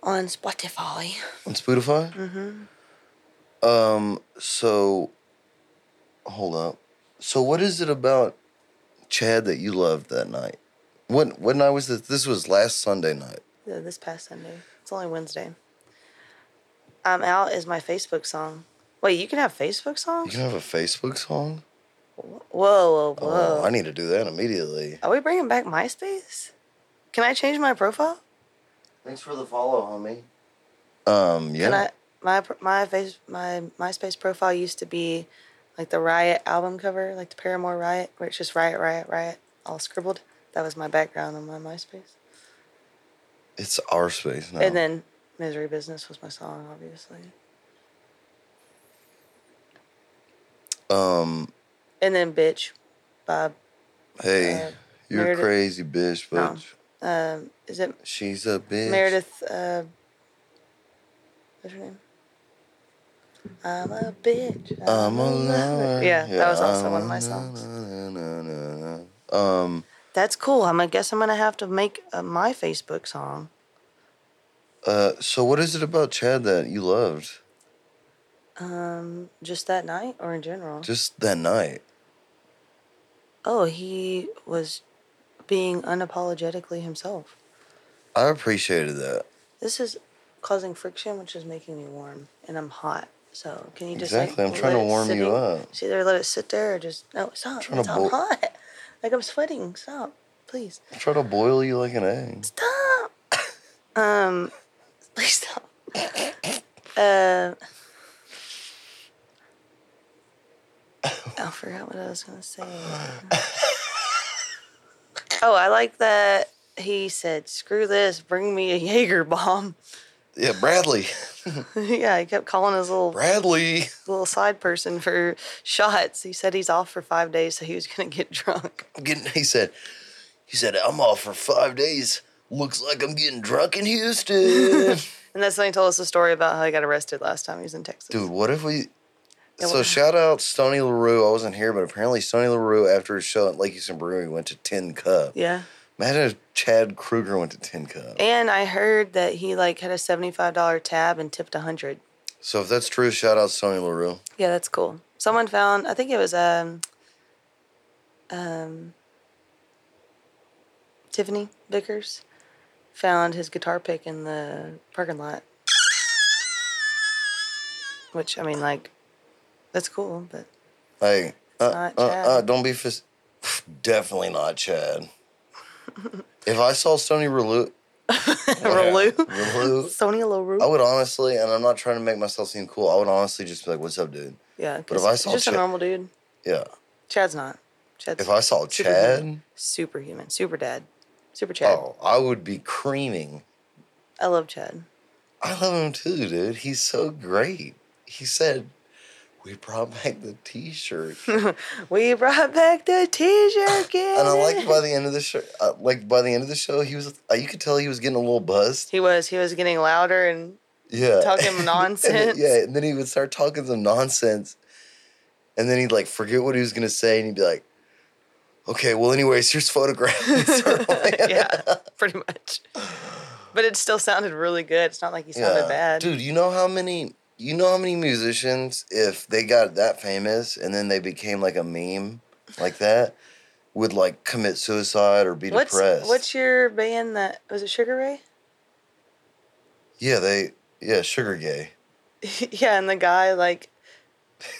on Spotify.
On Spotify? Mm-hmm.
Mm-hmm.
Um, so hold up. So what is it about Chad that you loved that night? When when I was this this was last Sunday night.
Yeah, This past Sunday. It's only Wednesday. I'm out is my Facebook song. Wait, you can have Facebook
You
songs?
can have a Facebook song?
Whoa, whoa, whoa.
Oh, I need to do that immediately.
Are we bringing back MySpace? Can I change my profile?
Thanks for the follow, homie. Um, yeah.
And I my pr- my face my MySpace profile used to be like the Riot album cover, like the Paramore Riot, where it's just Riot, Riot, Riot, all scribbled. That was my background on my MySpace.
It's our space now.
And then Misery Business was my song, obviously.
um,
And then Bitch, Bob.
hey,
uh,
you're
Meredith-
a crazy bitch, but
No. Um, is it
she's a bitch.
Meredith? Uh, what's her name? I'm a bitch.
I'm
*laughs*
a
lover.
lover.
Yeah, that was also one of my
I'm a
songs.
na- na- na- na- na. Um,
That's cool. I'm. I guess I'm gonna have to make uh, my Facebook song.
uh, so what is it about Chad that you loved
Um, just that night or in general?
just that night?
oh, he was being unapologetically himself.
I appreciated that.
This is causing friction, which is making me warm, and I'm hot. So can you just
Exactly,
Like,
I'm trying
let
to
it
warm you
sitting-
up.
Just either let it sit there or just no, stop.
trying to
stop,
bo-
I'm hot. *laughs* Like I'm sweating. Stop, please.
I try to boil you like an egg.
Stop. *laughs* um, *laughs* please stop.
*laughs*
Uh, I forgot what I was gonna say. *laughs* oh, I like that he said, "Screw this, bring me a Jaeger bomb."
Yeah, Bradley. *laughs*
yeah, he kept calling his little
Bradley.
little side person for shots. He said he's off for five days, so he was gonna get *laughs* drunk.
I'm getting. He said. He said I'm off for five days. Looks like I'm getting drunk in Houston. *laughs*
And that's when he told us the story about how he got arrested last time he was in Texas.
Dude, what if we?
Yeah,
So
what-
shout out Stony LaRue. I wasn't here, but apparently Stony LaRue after his show at Lake Houston Brewery went to Tin Cup.
Yeah.
Imagine if Chad Kruger went to Tin Cup.
And I heard that he like had a seventy-five dollar tab and tipped a hundred.
So if that's true, shout out Stony LaRue.
Yeah, that's cool. Someone found, I think it was um, um, Tiffany Vickers found his guitar pick in the parking lot. Which I mean, like, that's cool, but
Like, uh,
not
uh,
Chad.
uh, don't be fas- *sighs* definitely not
*laughs*
Chad. if I saw Stony LaRue,
Relu,
LaRue,
Sonia LaRue.
I would honestly, and I'm not trying to make myself seem cool. I would honestly just be like, "What's up, dude?"
yeah,
but if
'cause
I
he's
saw
just
Chad-
a normal dude.
Yeah.
Chad's not. Chad's
If I saw Chad,
Superhuman. superhuman, super dad, super Chad.
oh, I would be creaming.
I love Chad.
I love him too, dude. He's so great. He said, "We brought back the T-shirt," and
We brought back the
*laughs*
T-shirt kid.
I like by the end of the show. Uh, like by the end of the show, he was. Uh, you could tell he was getting a little buzzed.
He was. He was getting louder and
Yeah, *laughs*
Talking
And then-
nonsense.
yeah, and then he would start talking some nonsense, and then he'd like forget what he was gonna say, and he'd be like, "Okay, well, anyways, here's *laughs* photograph." And start playing. *laughs*
*laughs* yeah, pretty much. But it still sounded really good. It's not like he sounded bad.
Dude, you know how many you know how many musicians if they got that famous and then they became like a meme, like that would like commit suicide or be
What's
depressed.
what's your band that was it Sugar Ray? *laughs*
yeah, they yeah, sugar gay. *laughs*
yeah, and the guy like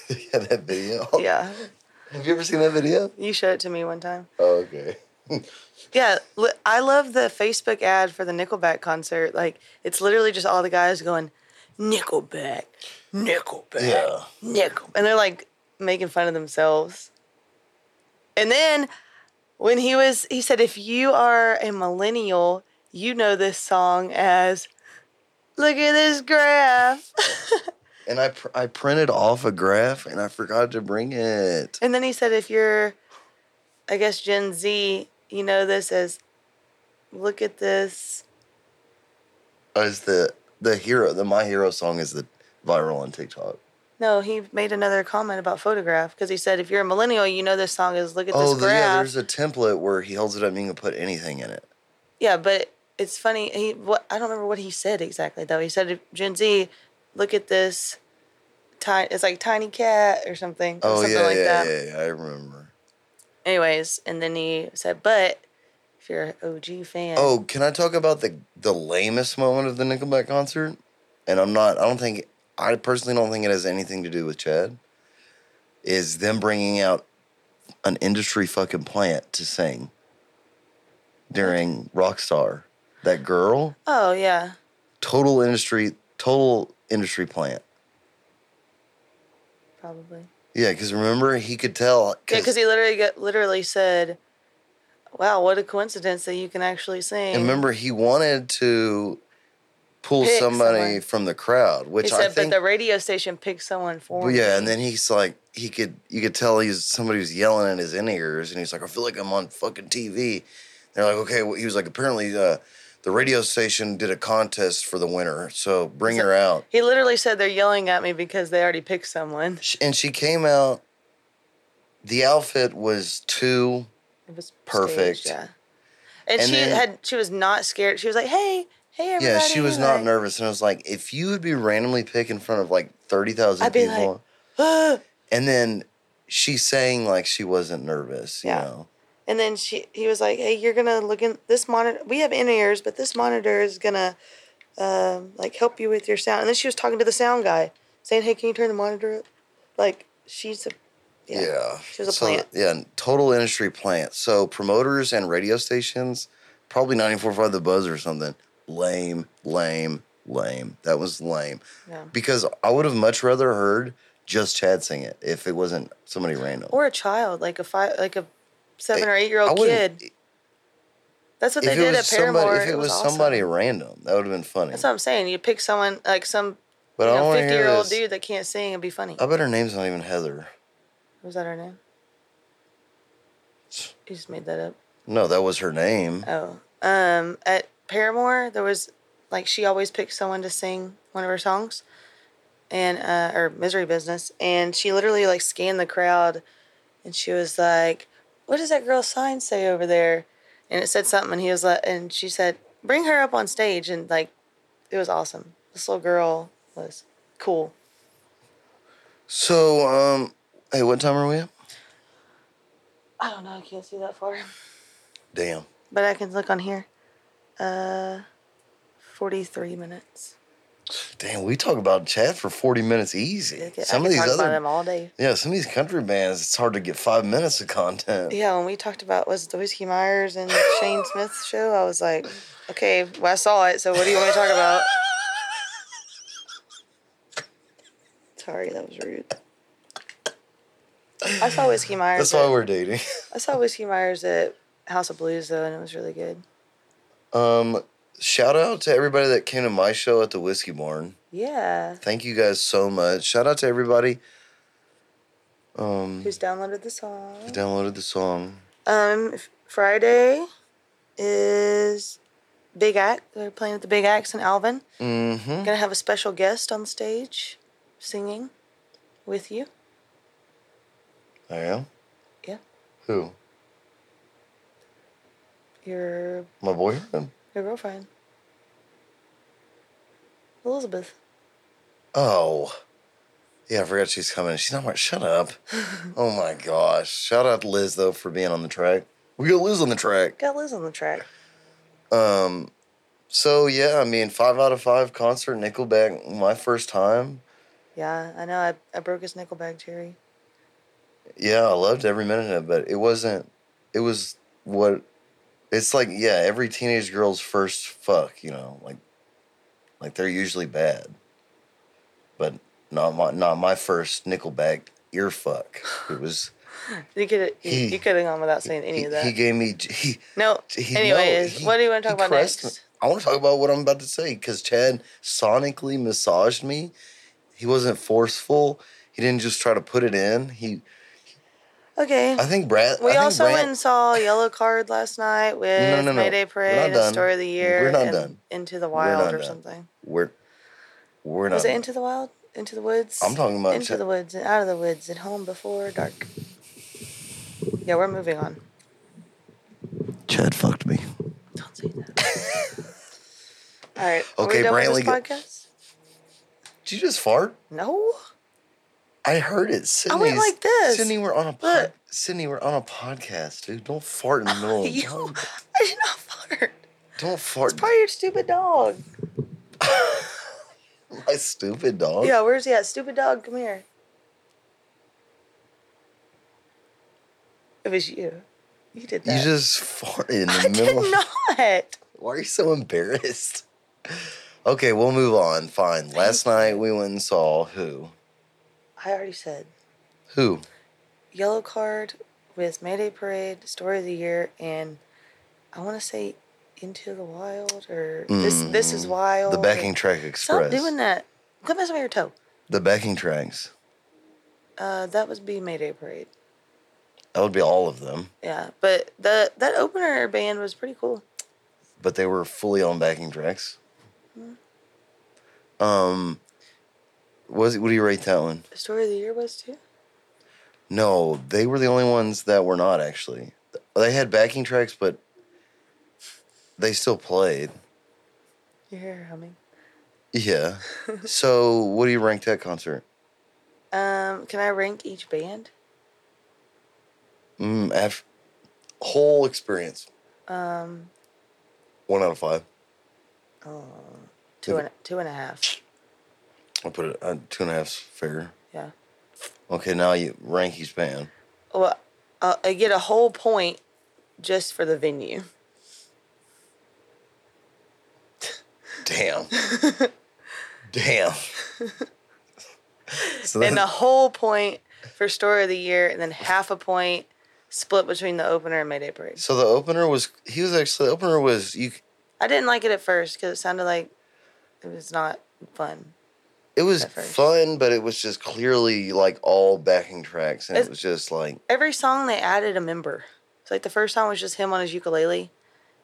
yeah, that video.
yeah,
Have you ever seen that video?
you showed it to me one time.
Oh, okay.
Yeah, li- I love the Facebook ad for the Nickelback concert. Like it's literally just all the guys going Nickelback, Nickelback,
Yeah.
Nickel, and they're like making fun of themselves. And then when he was, he said, if you are a millennial, you know this song as "Look at this graph." *laughs*
And I pr- I printed off a graph and I forgot to bring it.
And then he said, if you're, I guess, Gen Z, you know this as, look at this.
Is Oh, the the hero the My Hero song is the viral on TikTok.
No, he made another comment about photograph because he said, if you're a millennial, you know this song is, look at
Oh
this
the- yeah,
graph.
there's a template where he holds it up and you can put anything in it.
yeah, but it's funny. He what I don't remember what he said exactly though. He said, Gen Z, look at this. Tiny, it's like tiny cat or something.
Oh
something
yeah,
like
yeah,
that.
yeah, yeah, I remember.
Anyways, and then he said, but if you're an OG fan,
Oh, can I talk about the the lamest moment of the Nickelback concert? And I'm not. I don't think. I personally don't think it has anything to do with Chad. Is them bringing out an industry fucking plant to sing during Rockstar? That girl,
oh yeah,
total industry, total industry plant.
probably.
Yeah, because remember he could tell.
Yeah, because he literally got, literally said, "Wow, what a coincidence that you can actually sing."
And remember he wanted to pull
Pick
somebody
someone.
from the crowd, which
he said,
I think
"But the radio station picked someone for
Well,
me."
Oh, yeah, and then he's like, he could, you could tell he's somebody was yelling in his in ears, and he's like, I feel like I'm on fucking TV. They're like, okay, well, he was like, apparently uh, the radio station did a contest for the winner, so bring her out.
he literally said, "They're yelling at me because they already picked someone."
Sh- And she came out. The outfit was too.
It was staged,
Perfect.
yeah, and,
And
she
then-
had she was not scared. She was like, "Hey, hey, everybody!"
Yeah, she was not
like,
nervous, and I was like, if you would be randomly picked in front of like thirty thousand
I'd be
people,
like, "Ah."
and then she sang like she wasn't nervous, you
Yeah.
know.
*gasps* And then she he was like, "Hey, you're gonna look in this monitor. We have in ears, but this monitor is gonna um, like help you with your sound." And then she was talking to the sound guy, saying, "Hey, can you turn the monitor up?" Like she's a yeah.
Yeah.
She was a
So,
plant.
yeah, total industry plant. So promoters and radio stations, probably 94.5 The Buzz or something. Lame, lame, lame. That was lame.
Yeah.
Because I would have much rather heard just Chad sing it if it wasn't somebody random.
Or a child, like a five, like a seven
Hey,
or eight year
I
old
wouldn't-
kid. That's what
If
they
it
did
was
at Paramore.
somebody, if it was
awesome.
somebody random, that would have been funny.
that's what I'm saying. You pick someone like some
but I don't want to
fifty
hear
year old
this. Oh.
dude that can't sing and be funny.
I bet her name's not even Heather.
was that her name? You just made that up.
No, that was her name.
Oh, um, at Paramore, there was like she always picked someone to sing one of her songs, and uh, or Misery Business, and she literally like scanned the crowd, and she was like, "What does that girl's sign say over there?" And it said something, and he was like, and she said, "Bring her up on stage," and like, it was awesome. This little girl was cool.
So, um, hey, what time are we at?
I don't know, I can't see that far,
Damn.
but I can look on here. Uh, forty-three minutes.
Damn, we talk about Chad for 40 minutes easy.
I could- I
some of
could
these
talk
other
about them all day.
Yeah, some of these country bands, it's hard to get five minutes of content.
Yeah, when we talked about was it the Whiskey Myers and Shane Smith's show, I was like, okay, well, I saw it, so what do you want me to
*laughs*
talk about? Sorry, that was rude. I saw Whiskey Myers.
That's why
at-
we're dating. *laughs*
I saw Whiskey Myers at House of Blues though, and it was really good.
Um, shout out to everybody that came to my show at the Whiskey Barn.
Yeah,
Thank you guys so much. Shout out to everybody um,
who's downloaded the
who
song?
downloaded the song.
Um, f- Friday is Big Act. They're playing with the Big Axe and Alvin.
Mm-hmm.
Gonna have a special guest on stage singing with you.
I am.
Yeah.
Who?
Your
My boyfriend?
your girlfriend. Elizabeth.
Oh. Yeah, I forgot she's coming. She's not my. Shut
*laughs*
up. oh my gosh. Shout out to Liz though for being on the track. We got Liz on the track.
Got Liz on the track.
Um, So yeah, I mean, five out of five concert Nickelback. My first time.
Yeah, I know. I, I broke his nickel bag, Terry.
Yeah, I loved every minute of it, but it wasn't. It was what. It's like yeah, every teenage girl's first fuck. You know, like, like they're usually bad. But not my not my first Nickelback ear fuck. It was.
You could you,
He-
you could have gone without saying *laughs* any
he,
of that.
Hmm. he gave me he
no.
He-
Anyways,
no, he-
what do you want to
he
talk about
caressed
next?
me. I want to talk about what I'm about to say because Chad sonically massaged me. He wasn't forceful. He didn't just try to put it in. He,
Okay.
I think Brad. I
We
think
also
Brad-
went and saw Yellow Card last night
*laughs*
with
No, no, no. We're
Mayday
not
Parade,
done.
and Story of the Year,
We're not
and
done.
Into the
We're not
Wild or
done.
something.
We're we're not.
Was it Into the Wild? Into the Woods?
I'm talking about
Into
Ch-
the Woods and Out of the Woods and Home Before Dark. Yeah, we're moving on.
Chad fucked me.
Don't say that.
*laughs*
All right.
Okay,
are we done
Brantley,
with this
go-
podcast?
Did you just fart?
No.
I heard it. Sydney,
like this.
Sydney, we're on a pod,
Look.
Sydney, we're on a podcast, dude. Don't fart in the middle. of the
*laughs* You,
pod-
I did not fart.
Don't fart.
It's probably your stupid dog.
my stupid dog.
Yeah, where's he at? Stupid dog, come here. It was you. You did
You
that.
just farted in the *laughs*
I did
middle.
not.
Why are you so embarrassed? Okay, we'll move on. Fine. Last night we went and saw who?
I already said
Who?
yellow card with Mayday Parade, Story of the Year, and I want to say Into the Wild or this. This is wild.
Mm. The backing
or-
track
Oh, Stop
express.
doing that. Quit messing with your toe.
The backing tracks.
Uh, that was be Mayday Parade.
That would be all of them,
Yeah, but the that opener band was pretty cool.
but they were fully on backing tracks.
Hmm.
Um, was what do you rate that one?
Story of the Year was too.
No, they were the only ones that were not actually. They had backing tracks, but they still played.
You hear her humming. *laughs*
Yeah. so, what do you rank that concert?
Um, can I rank each band?
Mm, af- whole experience.
Um,
One out of five.
oh, two and two and a half.
I put it uh, two and a half fair.
Yeah.
Okay, now you rank each band.
Well, uh, I get a whole point just for the venue. *laughs*
Damn. Damn. so
And a
that,
whole point for story of the year, and then half a point split between the opener and Mayday Parade.
*laughs* so the opener was he was actually the opener was you
I didn't like it at first because it sounded like it was not fun.
it was
At first.
fun but it was just clearly like all backing tracks and it
It's-
was just like
Every song they added a member. So like the first song was just him on his ukulele,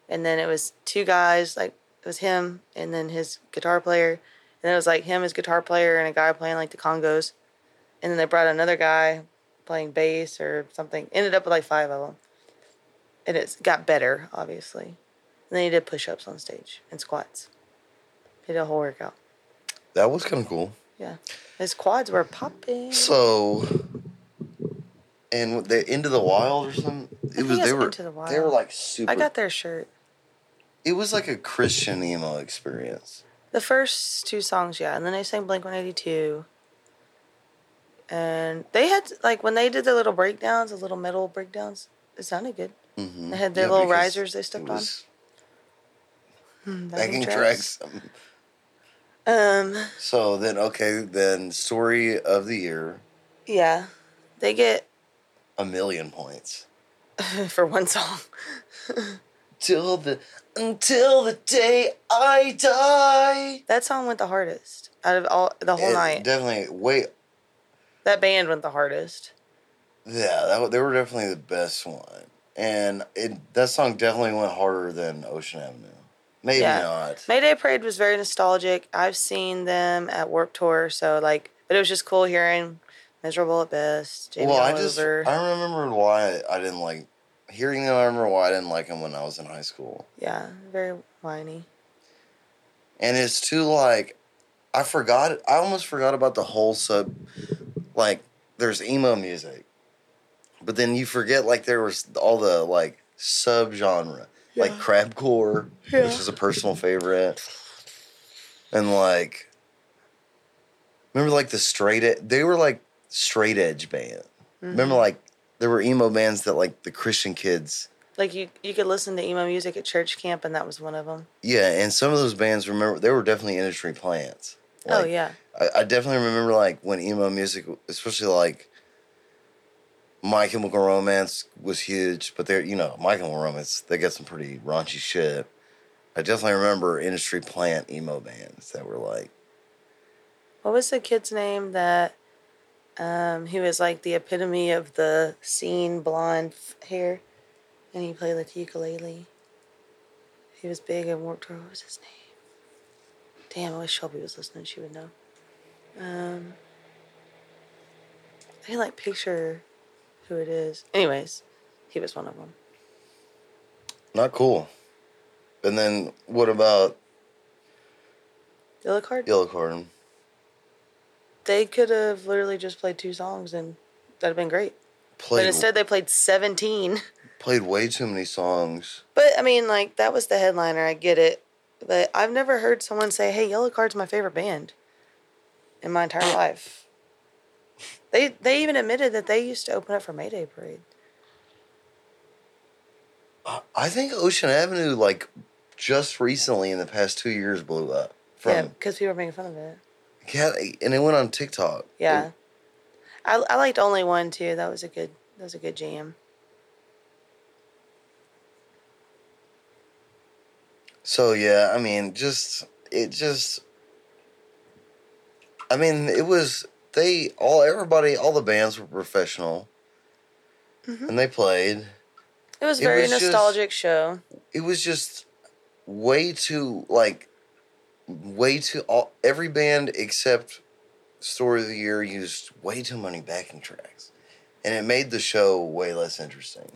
and then it was two guys. Like it was him and then his guitar player, and then it was like him, his guitar player, and a guy playing like the congos, and then they brought another guy playing bass or something. Ended up with like five of them, and it's got better obviously. And then he did push-ups on stage and squats. He did a whole workout.
that was kind of cool.
Yeah, his quads were popping.
So and the into the wild or something. It was
think
they
it's
were
Into the
they were
Wild.
like super.
I got their shirt.
it was like a Christian emo experience.
The first two songs, yeah, and then they sang Blink One Eighty Two. And they had like when they did their little breakdowns, the little metal breakdowns, it sounded good. They had their
Mm-hmm. Yeah,
little
because
risers they
it
stepped on.
was
Mm,
Mm-hmm. Backing
backing
tracks.
Um,
So then, okay, then story of the year,
yeah, they get *laughs*
a million points.
for one song.
Till the until the day I die.
That song went the hardest out of all the whole
It
night.
Definitely. Wait.
that band went the hardest.
Yeah, that, wa- they were definitely the best one, and it that song definitely went harder than Ocean Avenue. Maybe
Yeah.
not.
Mayday Parade was very nostalgic. I've seen them at Warp Tour, so like, but it was just cool hearing "Miserable at Best." Jamie
well, I
Oliver.
just I remember why I didn't like hearing them. I remember why I didn't like them when I was in high school,
Yeah, very whiny.
and it's too like I forgot. I almost forgot about the whole sub, like there's emo music, but then you forget like there was all the like subgenre, like crabcore, which is a personal favorite, and like remember like the straight ed- they were like straight edge band. Remember like there were emo bands that like the Christian kids.
Like you, you could listen to emo music at church camp, and that was one of them.
Yeah, and some of those bands remember they were definitely industry plants.
oh
Like,
yeah,
I, I definitely remember like when emo music, especially like My Chemical Romance was huge, but they're you know My Chemical Romance they got some pretty raunchy shit. I definitely remember industry plant emo bands that were like
what was the kid's name that? Um, he was like the epitome of the scene, blonde f- hair, and he played like the ukulele. He was big and warped. What was his name? Damn, I wish Shelby was listening; she would know. Um, I can like picture who it is. Anyways, he was one of them.
not cool. And then what about
Yellow card.
Yellow Card?
They could have literally just played two songs, and that'd have been great.
Played
but instead, they played seventeen.
played way too many songs.
But I mean, like that was the headliner. I get it, but I've never heard someone say, "Hey, Yellow Card's my favorite band," in my entire life. They they even admitted that they used to open up for Mayday Parade.
I think Ocean Avenue like just recently in the past two years blew up from
yeah, because people were making fun of it.
yeah, and it went on TikTok.
Yeah, I I liked Only One too. That was a good that was a good jam.
So yeah, I mean, just it just I mean, it was they all everybody all the bands were professional.
Mm-hmm.
And they played.
It was
It
very
was just-
nostalgic show.
It was just way too like way too all every band except Story of the Year used way too many backing tracks. And it made the show way less interesting.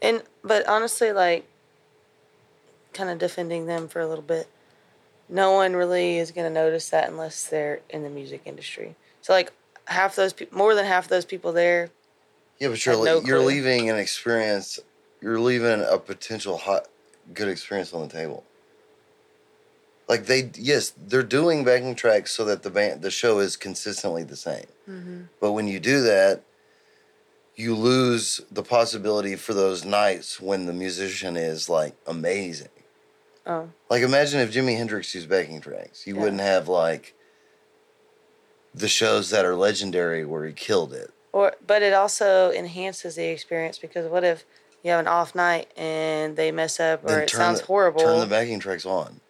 And but honestly, like, kind of defending them for a little bit. No one really is gonna notice that unless they're in the music industry. So like half those, peop more than half those people there.
Yeah, but you're
Had
le-
no
you're
clue.
leaving an experience you're leaving a potential hot good experience on the table. Like they yes, they're doing backing tracks so that the band the show is consistently the same.
Mm-hmm.
But when you do that, you lose the possibility for those nights when the musician is like amazing.
Oh,
Like imagine if Jimi Hendrix used backing tracks. You
Yeah.
wouldn't have like the shows that are legendary where he killed it.
or but it also enhances the experience because what if you have an off night and they mess up or
Then
it
turn
sounds
the-
horrible?
Turn the backing tracks on.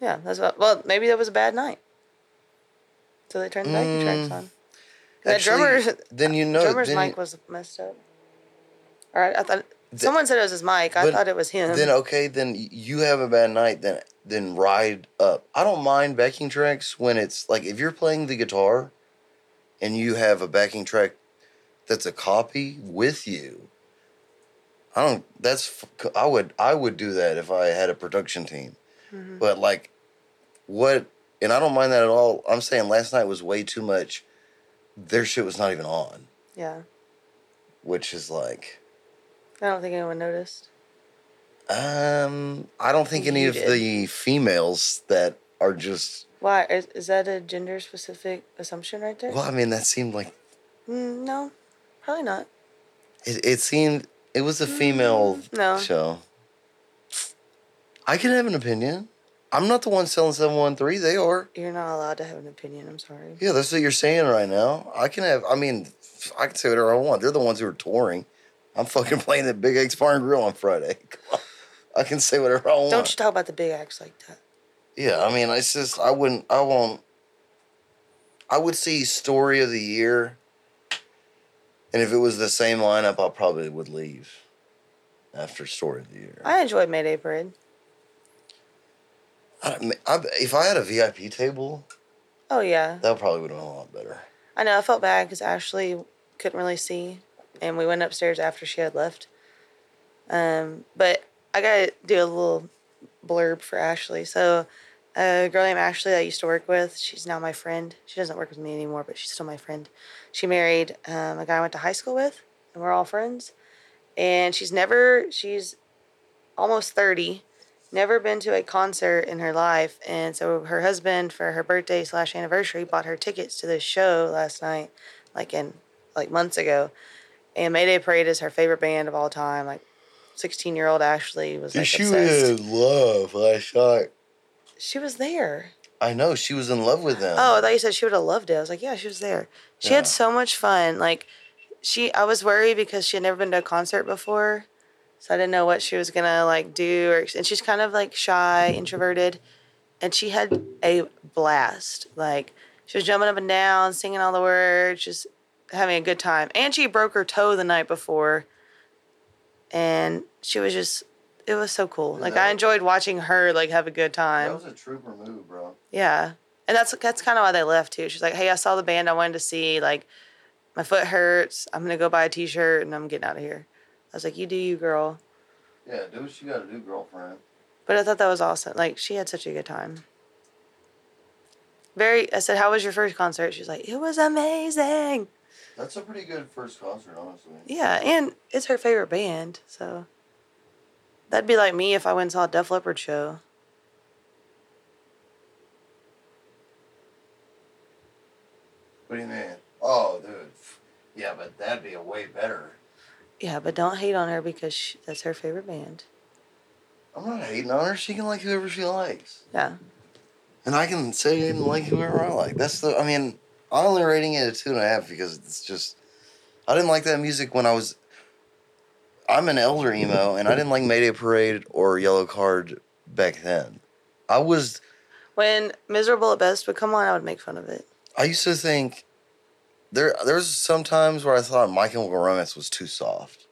yeah, that's what. Well, maybe that was a bad night. So they turned the backing tracks on. The
Mm. Actually,
drummer-
Then you know.
drummer's
then,
mic was messed up. All right, I thought someone said it was his mic. I
but
thought it was him.
Then uh, okay, then you have a bad night. Then then ride up. I don't mind backing tracks when it's like if you're playing the guitar, and you have a backing track that's a copy with you. I don't. That's f- I would I would do that if I had a production team,
Mm-hmm.
but like, what? And I don't mind that at all. I'm saying last night was way too much. Their shit was not even on,
yeah,
which is like.
I don't think anyone noticed.
Um, I don't think any
You
of
did.
the females that are just.
Why is, is that a gender specific assumption right there?
Well, I mean, that seemed like
Mm, no, probably not.
it. It seemed it was a female
Mm, no.
show. I can have an opinion. I'm not the one selling seven one three. They are.
You're not allowed to have an opinion. I'm sorry.
Yeah, that's what you're saying right now. I can have. I mean, I can say whatever I want. They're the ones who are touring. I'm fucking *laughs* playing at Big X Bar and Grill on Friday. *laughs* Come on. I can say whatever I want.
Don't you talk about the big acts like that.
Yeah, I mean, it's just I wouldn't, I won't. I would see story of the year, and if it was the same lineup, I probably would leave after story of the year.
I enjoyed Mayday Parade.
I mean, I- if I had a VIP table,
Oh yeah,
that probably would have been a lot better.
I know. I felt bad because Ashley couldn't really see, and we went upstairs after she had left. Um, but I gotta do a little blurb for Ashley. So a girl named Ashley that I used to work with. She's now my friend. She doesn't work with me anymore, but she's still my friend. She married um, a guy I went to high school with, and we're all friends. And she's never, she's almost 30, never been to a concert in her life. And so her husband, for her birthday slash anniversary, bought her tickets to this show last night, like in, like months ago. And Mayday Parade is her favorite band of all time. Like 16 year old Ashley was like,
she
obsessed.
was in love last night.
She was there.
I know she was in love with him.
Oh, I thought you said she would have loved it. I was like, yeah, she was there. She
Yeah.
had so much fun. Like, she, I was worried because she had never been to a concert before, so I didn't know what she was gonna like do. Or, and she's kind of like shy, introverted, and she had a blast. Like, she was jumping up and down, singing all the words, just having a good time. And she broke her toe the night before, and she was just. It was so cool. Like I
that-
enjoyed watching her like have a good time.
that was a trooper move, bro.
Yeah. And that's that's kind of why they left too. She's like, "Hey, I saw the band I wanted to see. Like, my foot hurts. I'm gonna go buy a T-shirt and I'm getting out of here." I was like, "You do you, girl."
Yeah, do what you gotta do, girlfriend.
But I thought that was awesome. Like, she had such a good time. Very. I said, "How was your first concert?" She's like, "It was amazing."
That's a pretty good first concert, honestly.
Yeah, and it's her favorite band, so that'd be like me if I went and saw a Def Leppard show.
What do you mean? Oh, dude. Yeah, but that'd be a way better.
Yeah, but don't hate on her because she, that's her favorite band.
I'm not hating on her. She can like whoever she likes,
Yeah.
and I can say and like whoever I like. That's the. I mean, I'm only rating it a two and a half because it's just. I didn't like that music when I was. I'm an elder emo, and I didn't like Mayday Parade or Yellow Card back then. I was.
When Miserable at Best would come on, I would make fun of it.
I used to think. There, there's some times where I thought My Chemical Romance was too soft.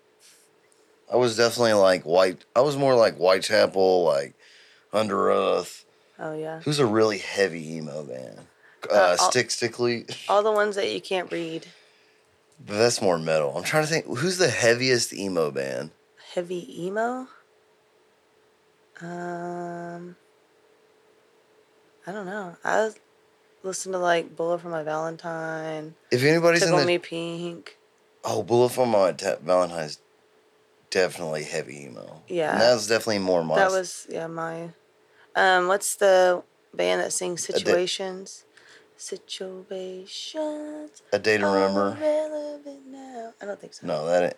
I was definitely like white. I was more like Whitechapel, like Under Oath,
Oh yeah,
Who's a really heavy emo band? Uh,
Uh, I'll-
Stick Stickly.
all the ones that you can't read.
But that's more metal. I'm trying to think. Who's the heaviest emo band?
Heavy emo. Um, I don't know. I listen to like Bullet for My Valentine,
If anybody's in
Tickle
the
Me Pink.
oh, Bullet for My Ta- Valentine's, definitely heavy emo.
Yeah.
and that was definitely more my.
That was yeah my. Um, what's the band that sings
did-
Situations? Situations.
a day to
are
remember.
relevant now. I don't think so.
No, that. Ain't,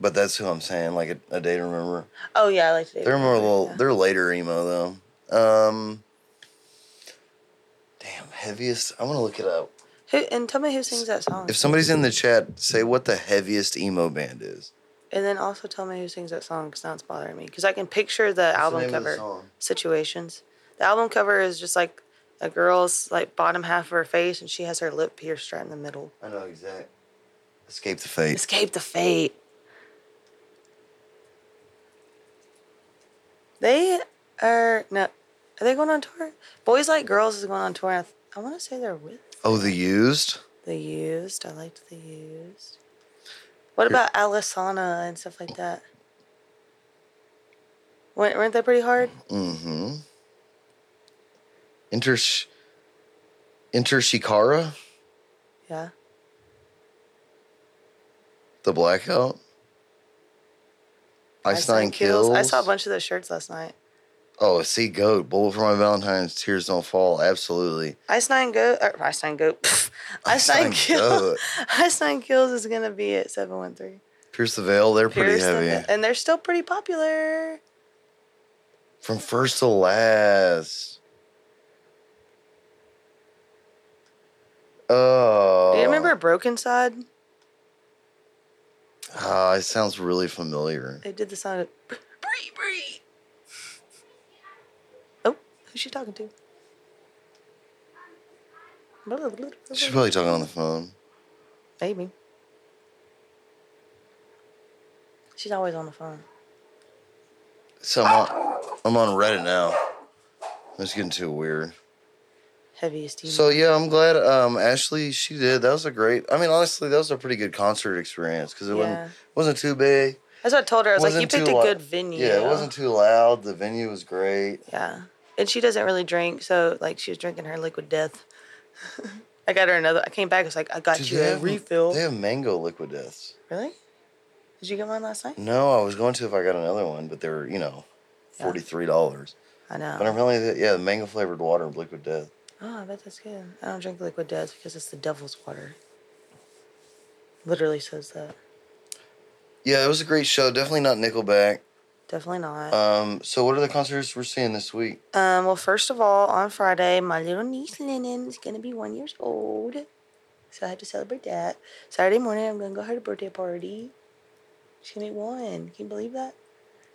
but that's who I'm saying. Like a, a day to remember.
Oh yeah, I like to.
They're more a little. They're later emo though. Um. Damn, heaviest. I want to look it up.
Who and tell me who sings that song?
If somebody's in the chat, say what the heaviest emo band is.
And then also tell me who sings that song because now it's bothering me. Because I can picture the album
name of the
cover
song?
situations. The album cover is just like a girl's like bottom half of her face, and she has her lip pierced right in the middle.
I know exact. Escape the fate.
Escape the fate. They are no. Are they going on tour? Boys Like Girls is going on tour. And I, th- I want to say they're with
Oh, the used.
the Used. I liked the Used. What about Alisana and stuff like that? Weren't, weren't they pretty hard?
Mm-hmm. Inter. Inter Shikara,
Yeah.
the blackout. Ice Nine Kills.
I saw a bunch of those shirts last night.
Oh, Sea Goat, Bullet for My Valentine's, Tears Don't Fall. Absolutely.
Ice Nine Goat, or *laughs* Ice Nine Goat, pff, Ice Nine Kills.
Goat.
*laughs* Ice Nine Kills is gonna be at seven one three.
Pierce the Veil, they're pretty heavy.
and they're still pretty popular.
From first to last. Oh.
Do you remember Broken Side?
Ah, it sounds really familiar.
They did the sound of Bree Bree. Oh, who's she talking to?
She's probably talking on the phone.
Maybe. She's always on the phone.
So I'm on, I'm on Reddit now. That's getting too weird.
Heaviest emo.
So yeah, I'm glad um, Ashley she did. That was a great. I mean, honestly, that was a pretty good concert experience because it
Yeah.
wasn't wasn't too big.
That's what I told her. I was like, you
wasn't
picked
too
a
lo-
good venue.
Yeah, it wasn't too loud. The venue was great.
Yeah. and she doesn't really drink, so like she was drinking her liquid death. *laughs* I got her another. I came back. I was like, I got
Dude,
you a refill.
They have mango liquid deaths.
Really? Did you get one last night?
No, I was going to if I got another one, but they're you know, forty three dollars.
I know.
But I'm really the, yeah, the mango flavored water and liquid death.
Oh, I bet that's good. I don't drink liquid death because it's the devil's water. Literally says that.
Yeah, it was a great show. Definitely not Nickelback.
Definitely not.
Um, so what are the concerts we're seeing this week?
um, well, first of all, on Friday, my little niece Lennon is gonna be one years old, so I have to celebrate that. Saturday morning, I'm gonna go have a birthday party. She's gonna be one. Can you believe that?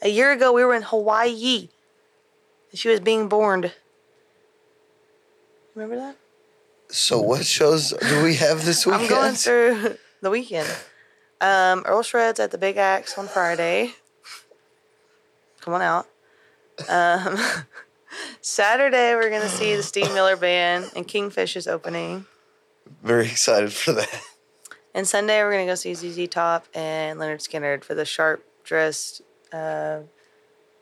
A year ago, we were in Hawaii, and she was being born. Remember that?
So what shows do we have this weekend?
I'm going through *laughs* the weekend. Um, Earl Shreds at the Big Axe on Friday. Come on out. Um, *laughs* Saturday, we're going to see the Steve Miller Band and Kingfish is opening.
Very excited for that.
And Sunday, we're going to go see ZZ Top and Leonard Skinner for the Sharp Dressed. Uh,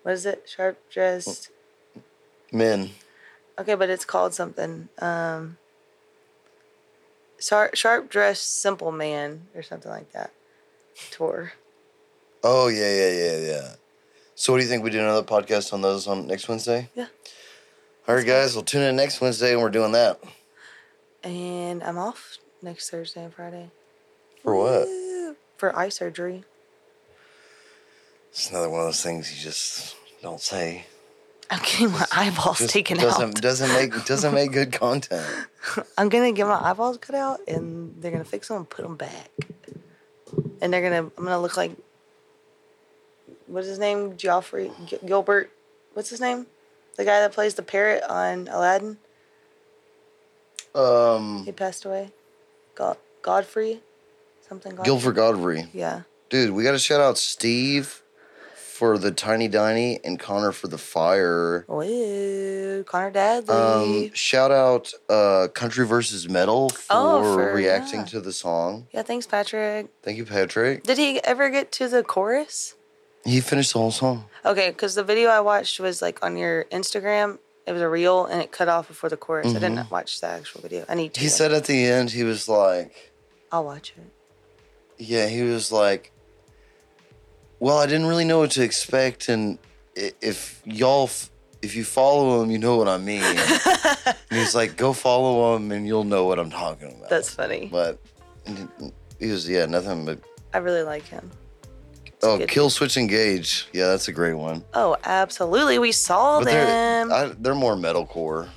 what is it? Sharp Dressed.
Men.
Okay, but it's called something. Um, sharp, sharp dressed simple man or something like that. Tour.
Oh yeah, yeah, yeah, yeah. So what do you think we do another podcast on those on next Wednesday?
Yeah.
All right, guys. We'll tune in next Wednesday and we're doing that
And I'm off next Thursday and Friday
for what?
for eye surgery.
It's another one of those things you just don't say.
I'm getting my eyeballs
Just
taken
doesn't,
out.
Doesn't make doesn't make good content.
*laughs* I'm gonna get my eyeballs cut out, and they're gonna fix them and put them back. And they're gonna, I'm gonna look like, what's his name? Joffrey G- Gilbert. What's his name? The guy that plays the parrot on Aladdin.
Um,
He passed away. God, Godfrey, something. Godfrey.
Guilford Godfrey,
Yeah.
dude, we got to shout out Steve for the tiny diny and Connor for the fire.
Ooh, Oh, Connor
Um,
Dadley.
shout out uh, Country versus Metal for,
Oh, for-
reacting
yeah.
to the song.
yeah, thanks, Patrick.
Thank you, Patrick.
Did he ever get to the chorus?
He finished the whole song.
Okay, because the video I watched was like on your Instagram. It was a reel and it cut off before the chorus. I didn't watch the actual video. I need to.
Mm-hmm. He said at the end, he was like,
I'll watch it.
Yeah, he was like, "Well, I didn't really know what to expect, and i- if y'all, f- if you follow him, you know what I mean."
*laughs*
and he's like, "Go follow him, and you'll know what I'm talking about."
That's funny.
but and he was yeah, nothing but
I really like him.
oh,
good.
kill switch engage. Yeah, that's a great one.
Oh, absolutely. We saw
But uh,
them.
they're I, they're more metalcore.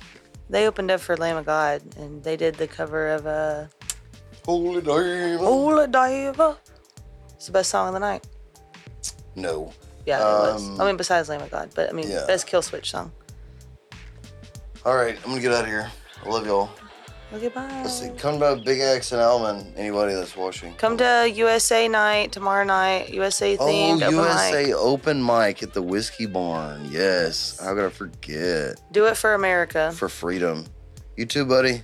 they opened up for Lamb of God and they did the cover of uh,
Holy damn.
Ola Diva. It's the best song of the night.
No,
Yeah, it was.
Um,
I mean, besides Lamb of God, but I mean,
yeah.
best kill switch song.
all right, I'm gonna get out of here. I love y'all.
Okay, bye.
Let's see. Come to Big Axe and Alman. Anybody that's watching.
Come to USA night tomorrow night. USA themed.
oh,
open
USA
mic.
open mic at the Whiskey Barn. Yes. How could I forget?
Do it for America.
For freedom. You too, buddy.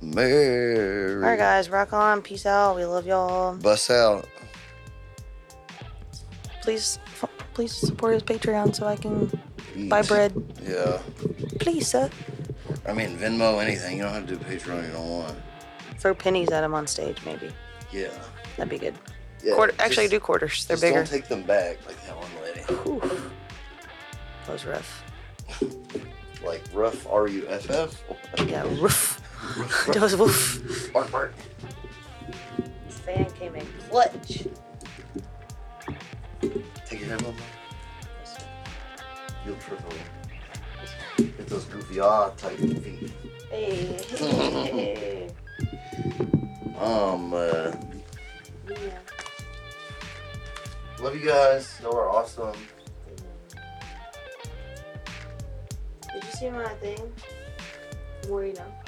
Mary.
All right, guys, rock on. Peace out. We love y'all.
Bus out.
Please, f- please support his Patreon so I can
Eat. *laughs*
buy bread.
Yeah.
Please, sir.
I mean, Venmo, anything. You don't have to do Patreon. You don't want.
Throw pennies at him on stage, maybe.
Yeah.
That'd be good.
yeah
Quarter.
just-
actually, do quarters. They're
just
bigger.
Don't take them back like that one lady.
Whew. That was rough.
Like rough R U F F.
Oh, Yeah, woof. *laughs* that was woof.
Bark bark.
Fan came in clutch.
Take your headphones off. You'll trip over. Get those goofy ah type feet.
Hey, hey,
Um, uh,
hey. Yeah.
love you guys. Y'all are awesome.
Did you see my thing? More you know.